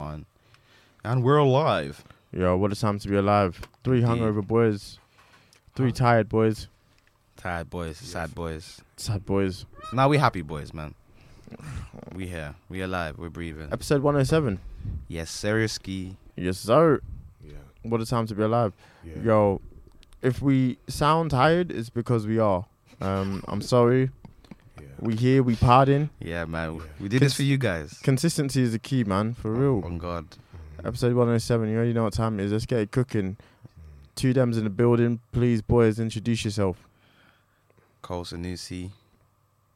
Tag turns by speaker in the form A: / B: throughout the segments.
A: on. And we're alive.
B: Yo, what a time to be alive. Three hungover boys. Three tired boys.
A: Tired boys, sad boys.
B: Sad boys.
A: Now we happy boys, man. We here. We alive. We're breathing.
B: Episode 107.
A: Yes, serious ski.
B: Yes, sir.
C: Yeah.
B: What a time to be alive.
C: Yeah.
B: Yo, if we sound tired, it's because we are. Um, I'm sorry.
C: Yeah.
B: We here, we pardon.
A: Yeah, man. We did this for you guys.
B: Consistency is the key, man, for
C: Uh,
B: real.
A: On God.
B: Episode 107, you already know what time it is. Let's get it cooking.
C: Mm.
B: Two dems in the building. Please, boys, introduce yourself.
A: Cole Sanusi.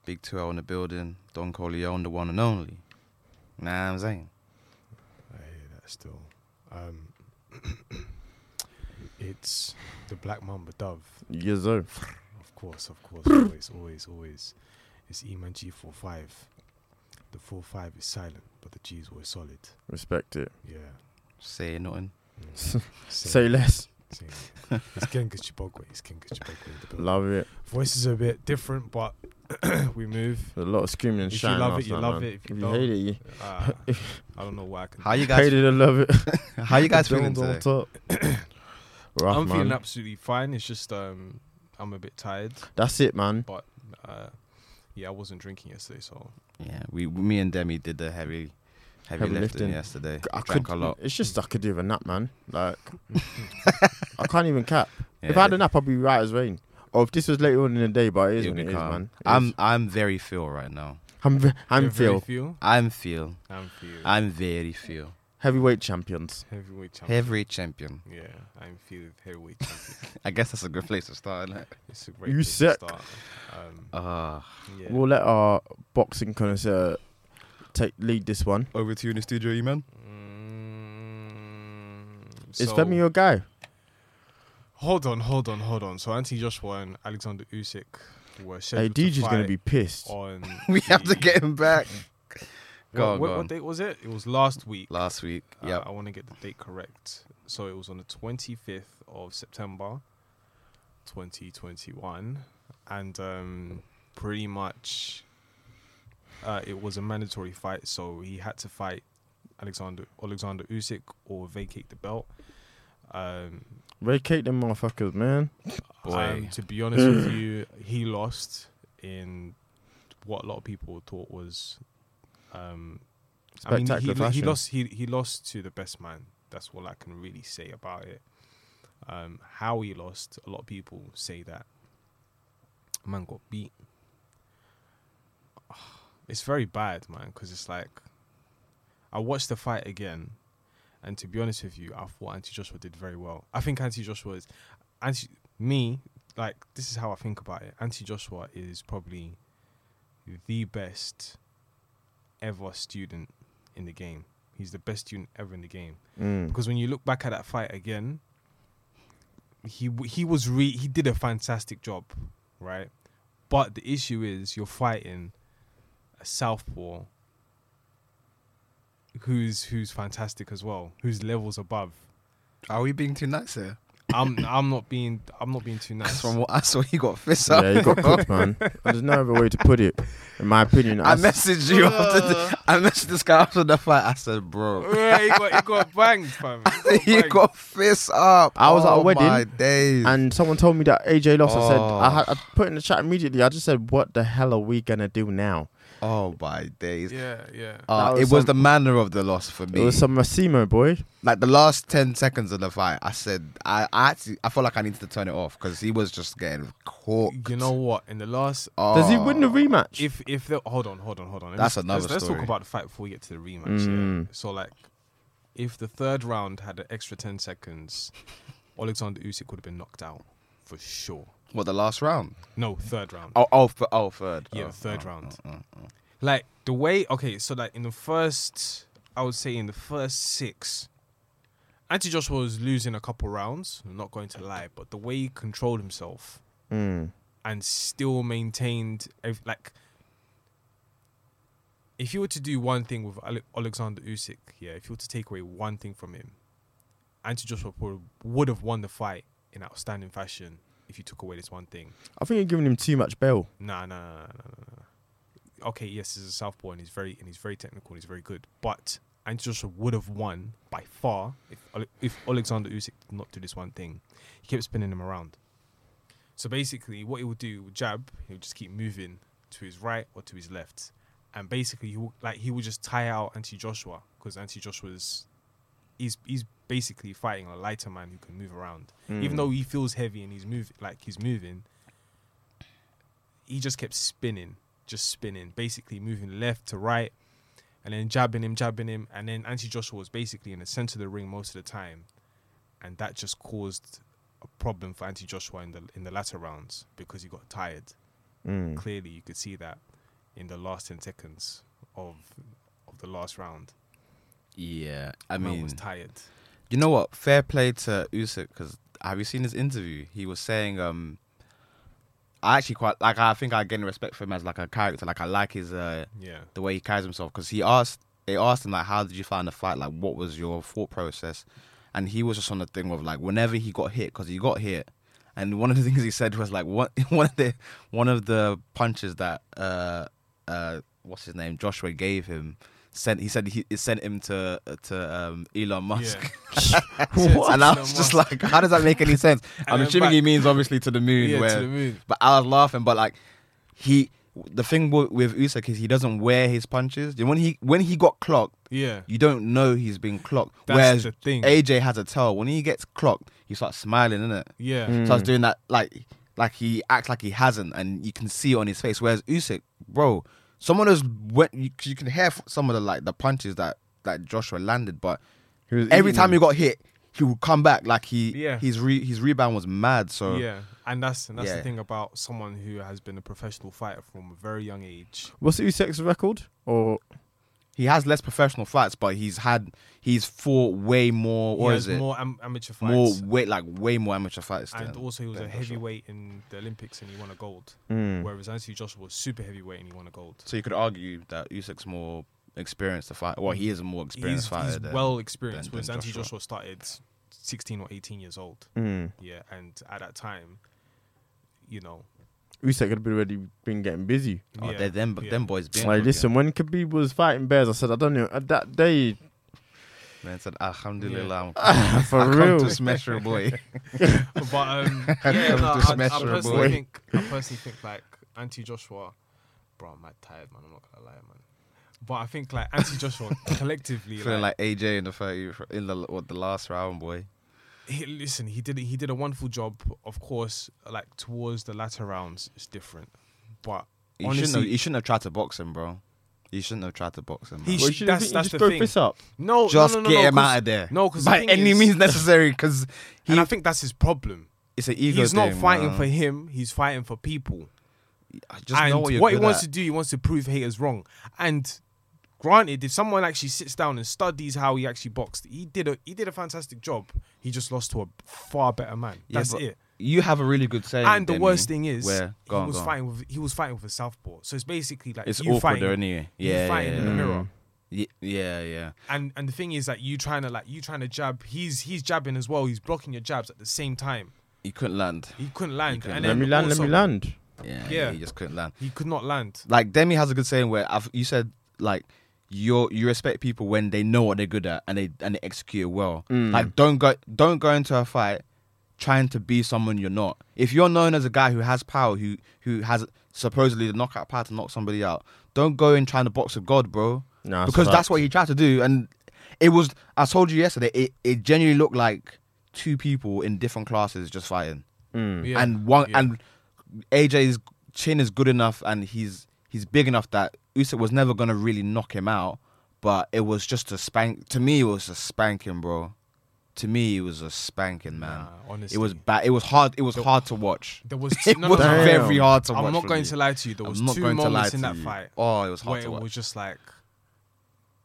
A: Big 2 in the building. Don Corleone, the one and only. Nah, I'm saying.
C: I hear that still. Um, it's the Black Mamba Dove,
B: Yes, sir.
C: of course, of course, always, always, always. It's E-Man G45. The 45 is silent, but the G is always solid.
B: Respect it.
C: Yeah.
A: Say nothing.
B: Say less.
C: Same. It's Genghis Chibokwe. It's Genghis Chibokwe. in the building.
B: Love it.
C: Voices are a bit different, but we move.
B: A lot of screaming and
C: If you
B: shouting.
C: love
B: last
C: it, you
B: night,
C: love
B: man.
C: it. If you
B: If you
C: don't,
B: hate it, you
C: Uh, I don't know why I can.
A: How you
B: hate
A: guys
B: it and love it.
A: how you guys
B: Don't-
A: feeling today?
B: don't talk. Rough,
C: I'm
B: man.
C: feeling absolutely fine. It's just um, I'm a bit tired.
B: That's it, man.
C: but uh, yeah, I wasn't drinking yesterday, so
A: Yeah, we me and Demi did the heavy heavy,
B: Heavy
A: lifting,
B: lifting.
A: yesterday.
B: I
A: Drank
B: could-
A: a lot.
B: It's just I could do with a nap, man. Like I can't even cap. If
A: Yeah.
B: I had a nap, I'd be right as rain. Or if this was later on in the day, but it is
A: You'll
B: what
A: be
B: it is,
A: calm.
B: man. It
A: I'm
B: is.
A: I'm very feel right now.
B: I'm ve- I'm
C: You're very
B: Phil,
C: few.
A: I'm feel.
C: I'm few.
A: I'm very feel.
B: heavyweight champions.
C: heavyweight champion.
A: Heavyweight champion.
C: yeah, I'm few heavyweight champion.
A: I guess that's a good place to start. Like,
C: It's a great
B: You
C: place to
B: sick.
C: start. Um,
A: ah,
C: yeah.
B: We'll let our boxing connoisseur take lead this one.
A: over to you in the studio, you man.
C: Mm,
B: Is
C: so-
B: Femi your guy?
C: Hold on, hold on, hold on. So Anthony Joshua and Alexander Usyk were
B: Hey,
C: scheduled
B: DJ's
C: to
B: gonna
C: fight
B: be pissed.
C: on.
A: We have to
C: the-
A: get him back.
C: what,
A: Go on,
C: what,
A: go
C: what
A: on.
C: date was it? It was last week.
A: Last week,
C: Uh,
A: yeah,
C: I want to get the date correct. So it was on the 25th of September 2021. And um, pretty much uh, it was a mandatory fight. So he had to fight Alexander Alexander Usyk or vacate the belt. Um,
B: Vacate them motherfuckers, man.
C: um,
A: boy.
C: to be honest with you, he lost in what a lot of people thought was. Um, I mean, he,
B: Spectacular
C: lo- he
B: fashion.
C: lost. He he lost to the best man. That's all I can really say about it. Um, how he lost, a lot of people say that man got beat. It's very bad, man, because it's like I watched the fight again, and to be honest with you, I thought Anti Joshua did very well. I think Anti Joshua is, anti me like this is how I think about it. Anti Joshua is probably the best ever student in the game. He's the best student ever in the game
B: Mm.
C: because when you look back at that fight again, he w- he was re- he did a fantastic job, right? But the issue is you're fighting a southpaw who's who's fantastic as well, who's levels above.
A: Are we being too nice here?
C: I'm I'm not being I'm not being too nice.
A: From what I saw, you got fists up.
B: yeah, you got cooked, man. There's no other way to put it, in my opinion.
A: I
B: s-
A: messaged you after. The, I messaged this guy after the fight. I said, "Bro,
C: yeah, he got he got banged, fam. He got
A: you
C: banged.
A: got fists up."
B: I was at a
A: Oh
B: wedding
A: my days.
B: and someone told me that AJ lost. I said I,
A: Oh.
B: had, I put in the chat immediately. I just said, "What the hell are we gonna do now?"
A: oh my days.
C: Yeah, yeah.
A: Uh,
B: That
A: it was
B: was some-
A: the manner of the loss for me.
B: It was some Massimo boy.
A: like the last ten seconds of the fight, I said, I, I actually, I felt like I needed to turn it off because he was just getting caught.
C: You know what? In the last,
B: Does he win the rematch?
C: Oh. if if they hold on, hold on, hold on. Let me
A: That's
C: s-
A: another
C: let's, Let's
A: story. Mm.
C: talk about the fight before we get to the rematch. Yeah. So like, if the third round had an extra ten seconds, Alexander Usyk would have been knocked out for sure.
A: what the last round?
C: No, third round.
A: Oh, oh, f- oh, third.
C: Yeah,
A: Oh,
C: third
A: oh,
C: round.
A: oh, oh.
C: Like the way, okay, so like in the first, I would say in the first six, Anti Joshua was losing a couple rounds. I'm not going to lie, but the way he controlled himself
B: Hmm.
C: and still maintained, ev- like, if you were to do one thing with Ale- Alexander Usyk, yeah, if you were to take away one thing from him, Anti Joshua prob- would have won the fight in outstanding fashion if you took away this one thing.
B: I think you're giving him too much bail.
C: Nah, nah, nah, nah, nah, nah, nah. Okay, yes, he's a southpaw and he's very and he's very technical. and He's very good, but Andy Joshua would have won by far if Ale- if Alexander Usyk did not do this one thing. He kept spinning him around. So basically, what he would do, he would jab, he would just keep moving to his right or to his left, and basically, he would, like he would just tire out Anti Joshua because Anti Joshua's he's he's basically fighting a lighter man who can move around, even though he feels heavy and he's move like he's moving he just kept spinning, just spinning, basically moving left to right and then jabbing him, jabbing him. And then Anti Joshua was basically in the center of the ring most of the time. And that just caused a problem for Anti Joshua in the in the latter rounds because he got tired.
A: Mm.
C: Clearly you could see that in the last ten seconds of of the last round.
A: Yeah, I
C: Man
A: mean,
C: was tired.
A: You know what? Fair play to Usyk because have you seen his interview? He was saying, um, I actually quite like. I think I gain respect for him as like a character. Like I like his uh,
C: Yeah.
A: the way he carries himself because he asked they asked him like how did you find the fight like what was your thought process and he was just on the thing of like whenever he got hit because he got hit and one of the things he said was like what one of the one of the punches that uh uh what's his name Joshua gave him sent he said he it sent him to to um Elon Musk
C: Yeah.
A: and I was just like how does that make any sense I'm
C: then
A: assuming he
C: back-
A: means obviously to the moon
C: Yeah, to
A: where
C: the moon.
A: but I was laughing. But like, he the thing w- with Usyk is he doesn't wear his punches. When he when he got clocked,
C: Yeah.
A: you don't know he's been clocked.
C: That's
A: Whereas
C: the thing.
A: AJ has a tell. When he gets clocked, he starts smiling, innit?
C: Yeah.
B: Mm.
A: Starts doing that like like he acts like he hasn't, and you can see it on his face. Whereas Usyk, bro, some of those went. You, you can hear f- some of the like the punches that that Joshua landed, but
B: He was
A: every
B: eating
A: time
B: them.
A: he got hit. He would come back like he,
C: Yeah.
A: his re, his rebound was mad. So
C: Yeah. And that's and that's
A: Uh, Yeah.
C: the thing about someone who has been a professional fighter from a very young age.
B: What's Usyk's record? Or
A: He has less professional fights, but he's had he's fought way more. Or
C: he
A: is
C: has
A: it more,
C: more am- amateur fights.
A: weight like way more amateur fights?
C: and
A: than-
C: also, he was
A: than
C: a
A: Joshua. Hmm.
C: heavyweight in the Olympics and he won a gold. Whereas Anthony Joshua was super heavyweight and he won a gold.
A: So you could argue that Usyk's more experienced to fight. Well, he is a more experienced
C: He's,
A: fighter.
C: he's
A: than-
C: well experienced.
A: than-
C: Whereas
A: than
C: Anthony
A: Joshua. Hmm.
C: Joshua started 16 or 18 years old. Yeah, and at that time, you know.
B: Usyk could have already been getting busy.
A: Oh,
C: yeah,
A: they're them,
C: yeah.
A: them boys. Being
B: Like, listen, when Khabib was fighting Bears, I said, I don't know. At that day,
A: man said, Alhamdulillah,
B: for
A: I'm
B: real,
A: come to smash your boy.
C: But um, yeah, no,
A: Just
C: I, I
A: smash her,
C: personally
A: boy.
C: think I personally think like Anti Joshua, bro, I'm mad tired, man. I'm not gonna lie, man. But I think like Anti Joshua collectively,
A: Feeling
C: like
A: like AJ in the 30, in the what, the last round, boy.
C: he, listen, he did he did a wonderful job. Of course, like towards the latter rounds, it's different. But
A: He shouldn't,
C: honestly,
A: have, he shouldn't have tried to box him, bro. He shouldn't have tried to box him. man.
C: He
B: Well,
C: sh-
B: shouldn't
C: that's-
B: he
C: that's
B: just
C: the
B: throw
C: thing.
B: fists up.
C: no,
A: just
C: no, no, no,
A: get
C: no,
A: him
C: 'cause-
A: out of there.
C: No, because
A: by any means necessary, because he.
C: and I think that's his problem.
A: it's an ego
C: he's not
A: thing,
C: fighting
A: man.
C: for him. He's fighting for people.
A: I just
C: and
A: know what, you're
C: he
A: good
C: wants
A: at.
C: to do, he wants to prove haters wrong. And granted, if someone actually sits down and studies how he actually boxed, he did a he did a fantastic job. He just lost to a far better man.
A: Yeah,
C: That's
A: but
C: it.
A: You have a really good saying.
C: And the
A: Demi,
C: worst thing is,
A: where
C: he
A: go on,
C: was
A: go on.
C: fighting with he was fighting with a southpaw. So it's basically like
A: It's
C: you
A: awkward,
C: fighting,
A: isn't it?
C: you
A: Yeah,
C: fighting
A: yeah, Mm.
C: in the
A: yeah.
C: mirror.
A: Ye- yeah, yeah.
C: And and the thing is that you trying to like you trying to jab, he's he's jabbing as well. He's blocking your jabs at the same time.
A: He couldn't land.
C: He couldn't land.
A: couldn't
C: and
B: Let
C: then
B: me land. Let
C: also,
B: me land.
A: Yeah,
C: Yeah.
A: He just couldn't land.
C: He could not land.
A: Like Demi has a good saying where I've, you said like you you respect people when they know what they're good at and they and they execute it well.
B: Mm.
A: Like don't go don't go into a fight trying to be someone you're not. If you're known as a guy who has power, who who has supposedly the knockout power to knock somebody out, don't go in trying to box with God, bro.
B: Nah, that's
A: because
B: a
A: that's
B: fact.
A: what he tried to do, and it was. I told you yesterday. It it genuinely looked like two people in different classes just fighting
C: Yeah.
A: and one
C: yeah.
A: and AJ's chin is good enough and he's he's big enough that Usyk was never gonna really knock him out, but it was just a spank. To me, it was a spanking, bro. To me, it was a spanking, man.
C: Nah, honestly.
A: it was bad. It was hard. It was hard to watch.
C: There was
A: It
C: no, no,
A: was
C: no,
B: Damn.
A: very hard to watch.
C: I'm not
A: for
C: going
A: me.
C: to lie to you. There was
A: I'm not
C: two
A: going to lie
C: moments
A: to
C: in that
A: you.
C: fight
A: Oh, it was hard
C: where
A: to
C: it
A: watch.
C: was just like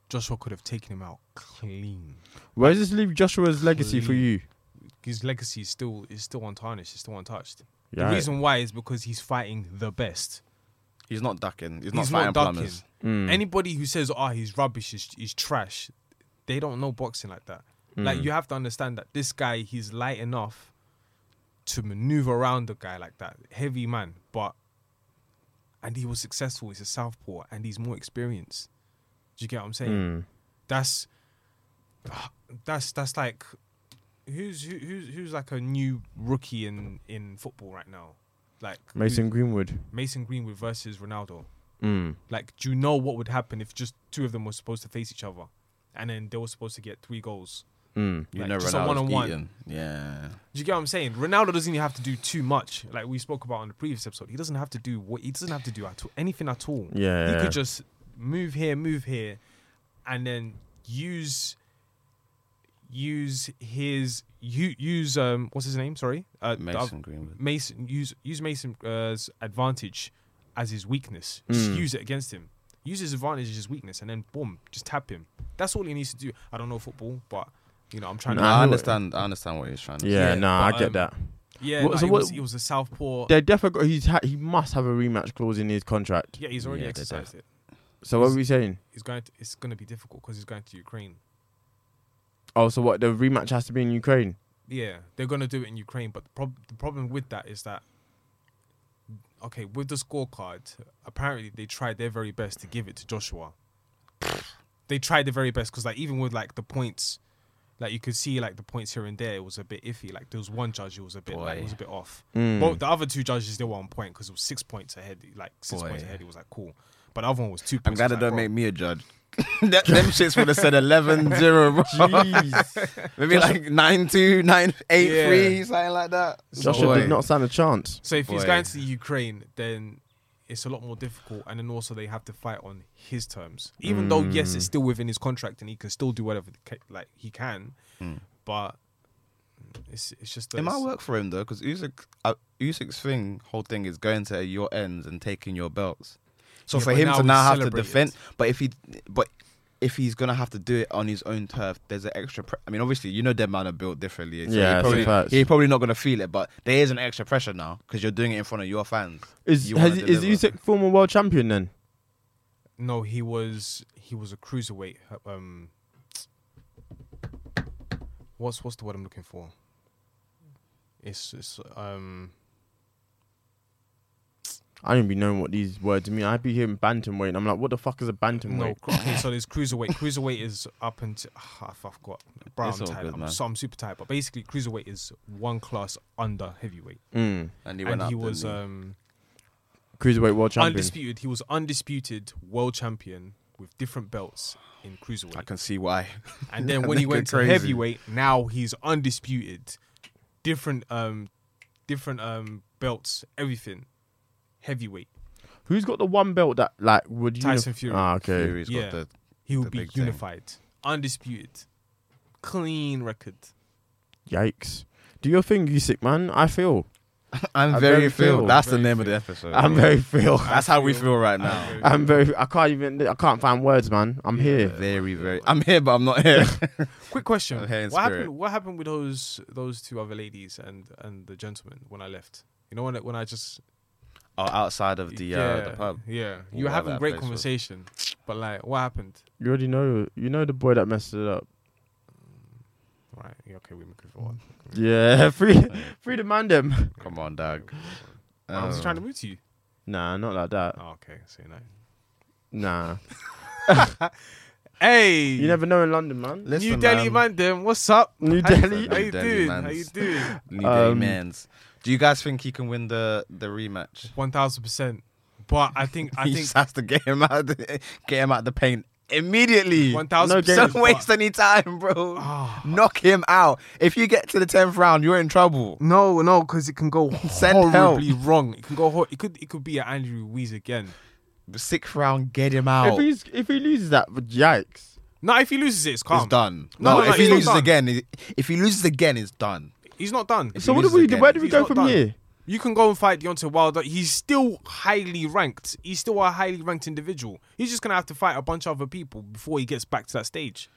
C: Joshua could have taken him out clean.
B: Where does this leave Joshua's legacy for you?
C: His legacy is still is still untarnished. It's still untouched.
B: Yeah.
C: The reason why is because he's fighting the best.
A: he's not ducking. He's,
C: he's
A: not fighting
C: not ducking.
A: plumbers.
C: Anybody who says, "Oh, he's rubbish, he's, he's trash," they don't know boxing like that. Like you have to understand that this guy, he's light enough to maneuver around a guy like that, heavy man, but and he was successful. He's a southpaw, and he's more experienced. Do you get what I'm saying? That's that's that's like who's who, who's who's like a new rookie in in football right now, like who-
B: Mason Greenwood.
C: Mason Greenwood versus Ronaldo.
B: Mm.
C: Like, do you know what would happen if just two of them were supposed to face each other, and then they were supposed to get three goals?
B: Mm.
A: You
C: Like,
A: know,
C: just a
A: Ronaldo's
C: one-on-one.
A: eating. Yeah,
C: Do you get what I'm saying? Ronaldo doesn't even have to do too much. Like we spoke about on the previous episode, he doesn't have to do what he doesn't have to do at all, anything at all.
B: Yeah,
C: he
B: yeah.
C: could just move here, move here, and then use use his u- use um what's his name? Sorry, uh, the
A: Mason
C: oth-
A: Greenwood.
C: Mason use use Mason's advantage as his weakness. Just
B: Mm.
C: use it against him. Use his advantage as his weakness, and then boom, just tap him. That's all he needs to do. I don't know football, but you know I'm trying
B: Nah,
A: I
C: to.
B: know-
A: understand. I understand what he's trying to.
B: Yeah,
C: Yeah,
B: nah,
C: but,
B: I get
C: um,
B: that.
C: Yeah,
B: What-
C: no,
B: so
C: he,
B: what-
C: was, he was a southpaw.
B: They definitely got, he's ha- he must have a rematch clause in his contract.
C: Yeah, he's already
A: Yeah, they
C: exercised it.
B: So what are we saying?
C: He's going. To, it's going to be difficult because he's going to Ukraine.
B: Oh, so what the rematch has to be in Ukraine?
C: Yeah, they're going to do it in Ukraine. But the, prob- the problem with that is that, okay, with the scorecard, apparently they tried their very best to give it to Joshua. they tried their very best because, like, even with like the points, like you could see like the points here and there, it was a bit iffy. Like there was one judge who was a bit, like,
A: Boy.
C: it was a bit off.
B: Mm.
C: But the other two judges they were on point because it was six points ahead. Like six
A: Boy.
C: points ahead, it was like cool. But the other one was two.
A: I'm
C: points.
A: glad
C: It
A: it
C: was
A: don't
C: like,
A: make me a judge. That- them shits would have said 11-0, bro.
B: Jeez.
A: Maybe like nine two, nine eight
C: Yeah.
A: three, something like that.
B: Joshua
A: Boy.
B: did not stand a chance.
C: So if he's
A: Boy.
C: going to the Ukraine, then it's a lot more difficult, and then also they have to fight on his terms. Even though yes, it's still within his contract, and he can still do whatever the ca- like he can, but it's it's just that
A: It might
C: it's-
A: work for him though, because Usyk, uh, Usyk's thing, whole thing is going to your ends and taking your belts. So
C: Yeah,
A: for
C: but
A: him
C: now
A: to
C: we
A: now have to
C: celebrate
A: defend,
C: it.
A: but if he, but if he's gonna have to do it on his own turf, there's an extra. Pre- I mean, obviously, you know, them man are built differently. So
B: Yeah,
A: yeah,
B: it's
A: probably,
B: a fact.
A: he's probably not gonna feel it, but there is an extra pressure now because you're doing it in front of your fans.
B: Is
A: You wanna
B: has, is
A: deliver.
B: Usyk former world champion then?
C: No, he was he was a cruiserweight. Um, what's what's the word I'm looking for? It's it's um
B: I don't be knowing what these words mean. I'd be hearing bantamweight. And I'm like, what the fuck is a
C: No,
B: bantamweight?
C: cru- okay, so there's cruiserweight. cruiserweight is up until ah, I forgot. Bro,
A: It's
C: I'm
A: all
C: tired.
A: good,
C: I'm,
A: man.
C: so I'm super tired. But basically, cruiserweight is one class under heavyweight,
B: Mm.
A: And he went
C: and
A: up.
C: he
A: didn't
C: was
A: he?
C: um,
B: Cruiserweight world champion.
C: undisputed. He was undisputed world champion with different belts in
A: I
C: cruiserweight,
A: can see why.
C: and then when he
A: Nigga
C: went to
A: crazy.
C: heavyweight, now he's undisputed. Different um, different um belts, everything, heavyweight.
B: Who's got the one belt that like would you?
C: Tyson Fury.
B: Ah, okay.
A: Fury's
C: Yeah.
A: got the.
C: He will
A: The
C: be
A: big thing.
C: unified, undisputed, clean record.
B: Yikes. Do your thing, Usyk, man. I feel.
A: I'm,
B: I'm
A: very,
B: very
A: feel.
B: feel.
A: That's the
C: Very
A: name of
C: feel.
A: the episode.
B: I'm very feel.
A: That's how we feel right now.
B: I'm very. I can't even. I can't find words, man. I'm here.
A: Very, very. I'm here, but I'm not here.
C: Quick question:
A: I'm
C: What
A: here in spirit.
C: happened? What happened with those those two other ladies and and the gentleman when I left? You know when I- when I just
A: oh, outside of the uh, the pub.
C: Yeah,
A: Whatever
C: you were having
A: that
C: great
A: place was.
C: conversation. But like, what happened?
B: You already know. You know the boy that messed it up.
C: Right? Yeah, okay, we can go on.
B: Yeah, free, free the man them.
A: Come on, dog.
C: I was
A: Um, uh,
C: trying to move to you.
B: Nah, not like that.
C: Oh, okay. So you know.
B: Nah,
C: Hey,
B: you never know in London, man.
A: Listen, um,
C: New Delhi
A: man.
C: man, them. What's up?
B: New
C: How you-
B: Delhi.
C: How
A: New
C: you
A: Delhi
C: doing? How
A: mans.
C: you doing?
A: New Delhi
B: Um,
A: man's. Do you guys think he can win the the rematch?
C: One thousand percent. But I think I
A: he
C: think
A: just has to get him out, of the, get him out the paint immediately.
C: one thousand
A: Don't
C: percent.
A: waste any time, bro.
C: Ah.
A: Knock him out. If you get to the tenth round, you're in trouble.
C: No, no, because it can go
A: Send
C: horribly wrong. It can go. Hor- it could. It could be an Andrew Ruiz again.
A: The sixth round, get him out.
B: If he's if he loses that, yikes.
C: No, if he loses it, it's calm.
A: It's done.
C: No,
A: No,
C: no, no,
A: if he
C: he's not
A: loses
C: done.
A: again, he- if he loses again, it's done.
C: He's not done.
A: If
B: So
A: he
B: what do
A: loses
B: we do?
A: again-
B: Where do we
C: He's
B: go
C: not
B: from
C: done.
B: here?
C: You can go and fight Deontay Wilder. He's still highly ranked. He's still a highly ranked individual. He's just gonna have to fight a bunch of other people before he gets back to that stage.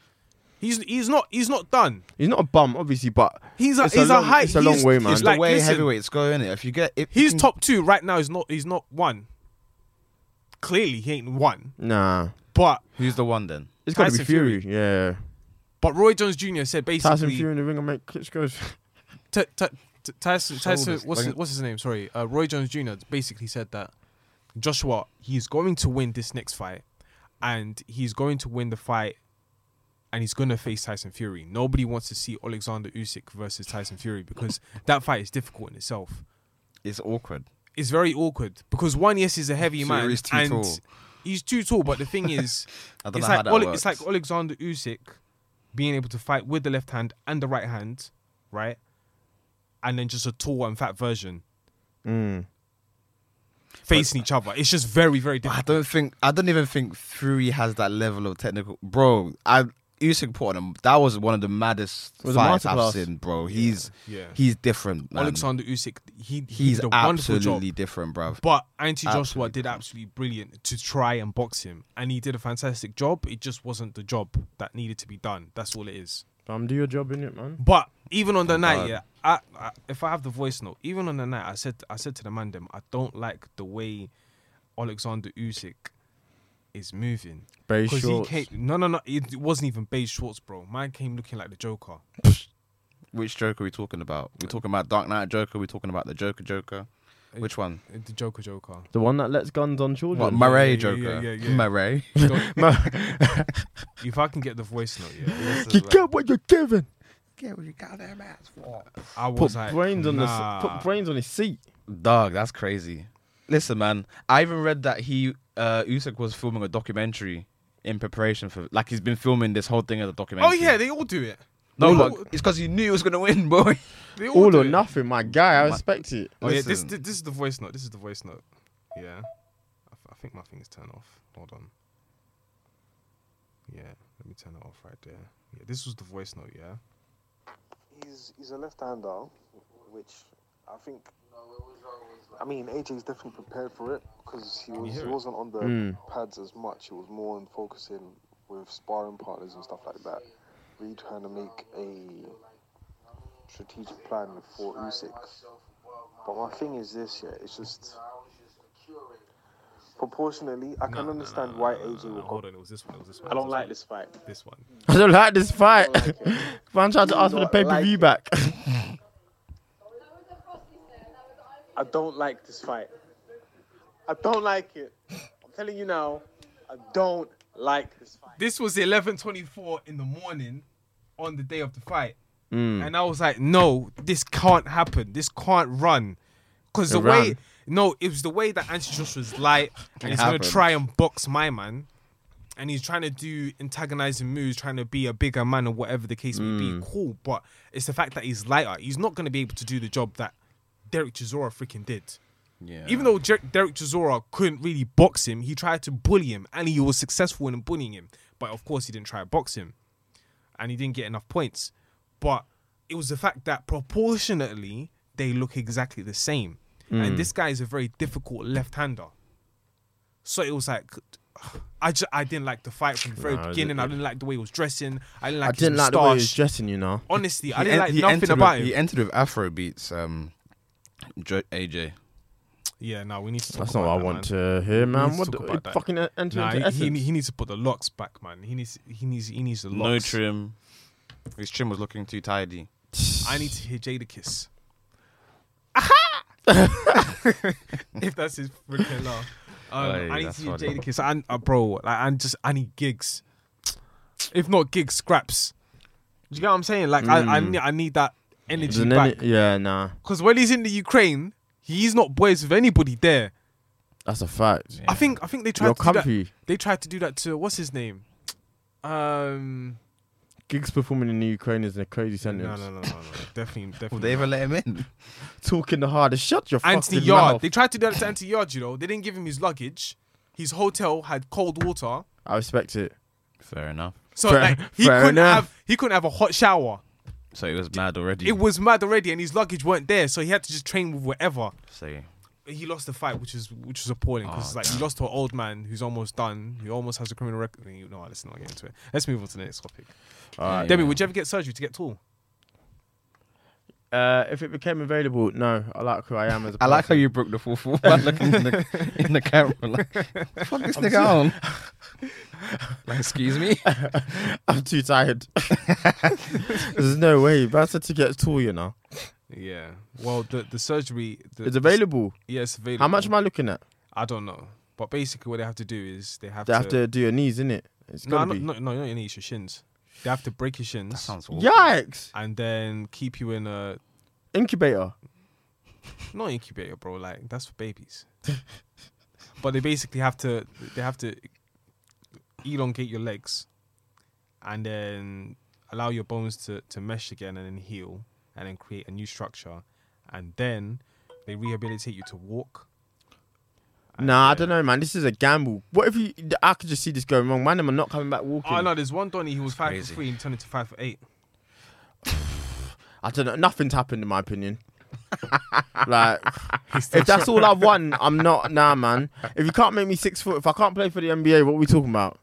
C: He's he's not he's not done.
B: He's not a bum, obviously, but
C: He's a-
B: it's
C: he's a
B: long,
C: high-
B: It's a long
C: he's-
B: way,
C: it's
B: man.
A: It's
C: like,
A: the way
C: listen.
A: heavyweights go in it. If you get, if you
C: He's
A: can-
C: top two right now. Is not he's not one. Clearly, he ain't one.
B: nah,
C: But
A: who's the one then?
B: it's got to be
C: Tyson
B: Fury.
C: Fury.
B: Yeah,
C: but Roy Jones Jr. said
B: Tyson
C: basically
B: Fury in the ring and make Klitschko's.
C: T- t- t- Tyson, Tyson
A: Shoulders,
C: what's,
A: like-
C: his, what's his name? Sorry, uh, Roy Jones Jr. basically said that Joshua, he's going to win this next fight, and he's going to win the fight, and he's going to face Tyson Fury. Nobody wants to see Alexander Usyk versus Tyson Fury because that fight is difficult in itself.
A: It's awkward.
C: It's very awkward because one, yes, he's a heavy man,
A: Fury's too
C: and
A: tall.
C: he's too tall. But the thing is,
A: I don't know
C: it's like
A: how that
C: Ole-
A: works.
C: it's like Alexander Usyk being able to fight with the left hand and the right hand, right? And then just a tall and fat version
B: Mm.
C: facing each other. It's just very, very
A: I
C: difficult.
A: don't think I don't even think Fury has that level of technical bro. I Usyk put on him. That was one of the maddest
B: Was a
A: fights I've
B: masterclass.
A: seen, bro. He's
C: yeah.
A: he's different, man.
C: Alexander Usyk, he he
A: he's
C: did a wonderful job.
A: absolutely different, bro.
C: But Anti Joshua
A: Absolutely
C: did absolutely brilliant to try and box him, and he did a fantastic job. It just wasn't the job that needed to be done. That's all it is.
B: Bum, do your job in it, man.
C: But even on the night, yeah, I, I, if I have the voice note, even on the night, I said I said to the man, them, I don't like the way Alexander Usyk is moving.
B: Beige
C: Because he
B: shorts.
C: came, no, no, no, it wasn't even beige shorts, bro. Mine came looking like the Joker.
A: Which Joker are we talking about? We're talking about Dark Knight Joker. We're talking about the Joker Joker. Which one?
C: The Joker, Joker.
B: The one that lets guns on children.
A: What Murray
C: yeah,
A: Joker?
C: yeah, yeah, yeah.
A: Murray.
C: Don't-
B: Ma-
C: if I can get the voice note, yeah, it was
B: you
C: like-
B: get what you're given.
A: Get what you got them ass for.
C: I
B: Put
C: was like,
B: brains on
C: nah.
B: the s- put brains on his seat.
A: Dog, that's crazy. Listen, man, I even read that he uh Usyk was filming a documentary in preparation for like he's been filming this whole thing as a documentary.
C: Oh yeah, they all do it.
A: No,
C: They
A: but
C: all-
A: it's because he knew he was gonna win, boy.
C: they
B: All
C: do
B: or
C: it.
B: nothing, my guy. I respect it.
C: Oh yeah, this,
A: Listen.
C: this is the voice note. This is the voice note. Yeah, I, th- I think my thing's turned off. Hold on. Yeah, let me turn it off right there. Yeah, this was the voice note. Yeah.
D: He's he's a left-hander, which I think. I mean, AJ's definitely prepared for it because he was he wasn't on the pads as much. It was more on focusing with sparring partners and stuff like that. Really trying to make a strategic plan for Usyk. But my thing is this, yeah, it's just proportionally, I can understand why AJ will go.
C: Hold on, it was this one. It was this one.
D: I
C: it was
D: don't like this fight.
C: This one.
B: I don't like this fight. Man tried to
D: You
B: ask for the
D: don't
B: pay per view back.
D: I don't like this fight. I don't like it. I'm telling you now, I don't like this fight.
C: This was eleven twenty four in the morning, on the day of the fight,
B: Mm.
C: and I was like, no, this can't happen. This can't run, because the
B: It
C: way.
B: ran.
C: No, it was the way that Anthony Joshua's light, and he's
A: happened.
C: gonna try and box my man, and he's trying to do antagonizing moves, trying to be a bigger man or whatever the case may be. Cool, but it's the fact that he's lighter. He's not gonna be able to do the job that Derek Chisora freaking did.
A: Yeah.
C: Even though Jer- Derek Chisora couldn't really box him, he tried to bully him, and he was successful in bullying him. But of course, he didn't try to box him, and he didn't get enough points. But it was the fact that proportionately they look exactly the same,
B: Hmm.
C: and this guy is a very difficult left-hander. So it was like. I just I didn't like the fight from the very
B: Nah, I
C: beginning. I
B: didn't-
C: didn't like the way he was dressing. I didn't
B: I
C: like his
B: didn't like the way he was
C: moustache.
B: dressing, you know.
C: Honestly, I
A: He
C: didn't
A: en-
C: like
A: he
C: nothing
A: entered
C: about
A: with,
C: him.
A: He entered with Afro beats, um, Jo- AJ.
C: Yeah, no, we need to. Talk
B: That's
C: about
B: not what I
C: that,
B: want
C: man.
B: to hear,
C: need
B: man.
C: to
B: What
C: talk
B: the,
C: about
B: it
C: that.
B: fucking e- enter
C: Nah,
B: into
C: he, he
B: essence.
C: ne- he needs to put the locks back, man. He needs he needs he needs the locks.
A: No trim. His trim was looking too tidy.
C: I need to hear Jada kiss. if that's his freaking laugh. Um,
A: Aye,
C: I need
A: that's
C: to hear
A: funny.
C: Jada kiss. And uh, bro, like I just I need gigs. If not gigs, scraps. Do you get what I'm saying? Like I
A: Hmm.
C: I need, I need that
B: There's
C: energy
B: an
C: back.
B: any- yeah, nah,
C: Because when he's in the Ukraine, he's not boys with anybody there.
B: that's a fact.
C: I think I think they tried
B: You're
C: to Do
B: comfy.
C: that. they tried to do that to what's his name? Um
B: Gigs performing in the Ukraine is a crazy
C: no, no,
B: sentence.
C: no, no, no. Definitely definitely.
A: Would they
C: not.
A: even let him in?
B: Talking the hardest. Shut your
C: Anthony
B: fucking
C: Yard.
B: mouth.
C: They tried to do that to Anthony Yard, you know. They didn't give him his luggage. His hotel had cold water.
B: I respect it.
A: Fair enough.
C: So
B: Fair-
C: like, he
B: fair
C: couldn't
B: enough.
C: have he couldn't have a hot shower.
A: So he was mad already.
C: It was mad already and his luggage weren't there, so he had to just train with whatever.
A: so
C: He lost the fight, which is which was appalling because
B: Oh,
C: it's like he lost to an old man who's almost done, who almost has a criminal record. You know, what, let's not get into it. Let's move on to the next topic.
B: All right.
C: Demi, would you ever get surgery to get tall?
B: Uh, if it became available, no. I like who I am as a
A: I like how
B: person.
A: you broke the full four by looking in the, in the camera like, fuck this nigga on. Like, excuse me?
B: I'm too tired. There's no way. Better to get tall, you know.
C: Yeah. Well, the the surgery the,
B: It's available.
C: Yeah, it's available.
B: How much am I looking at?
C: I don't know. But basically, what they have to do is they have
B: They
C: to
B: have to do your knees, innit? It's
C: No,
B: gotta
C: no,
B: be.
C: no, no, not your knees, your shins. They have to break your shins
A: Sounds awful.
B: Yikes!
C: and then keep you in a
B: Incubator.
C: not incubator, bro. Like that's for babies. but they basically have to they have to elongate your legs and then allow your bones to to mesh again and then heal and then create a new structure and then they rehabilitate you to walk.
B: Nah, I don't know, man. This is a gamble. What if you? I could just see this going wrong. Man, am I not coming back walking?
C: Oh no, there's one Donny who was five
A: crazy.
C: for three and turned into five for eight.
B: I don't know. Nothing's happened in my opinion. like, if that's all I've won, I'm not. Nah, man. If you can't make me six foot, if I can't play for the NBA, what are we talking about?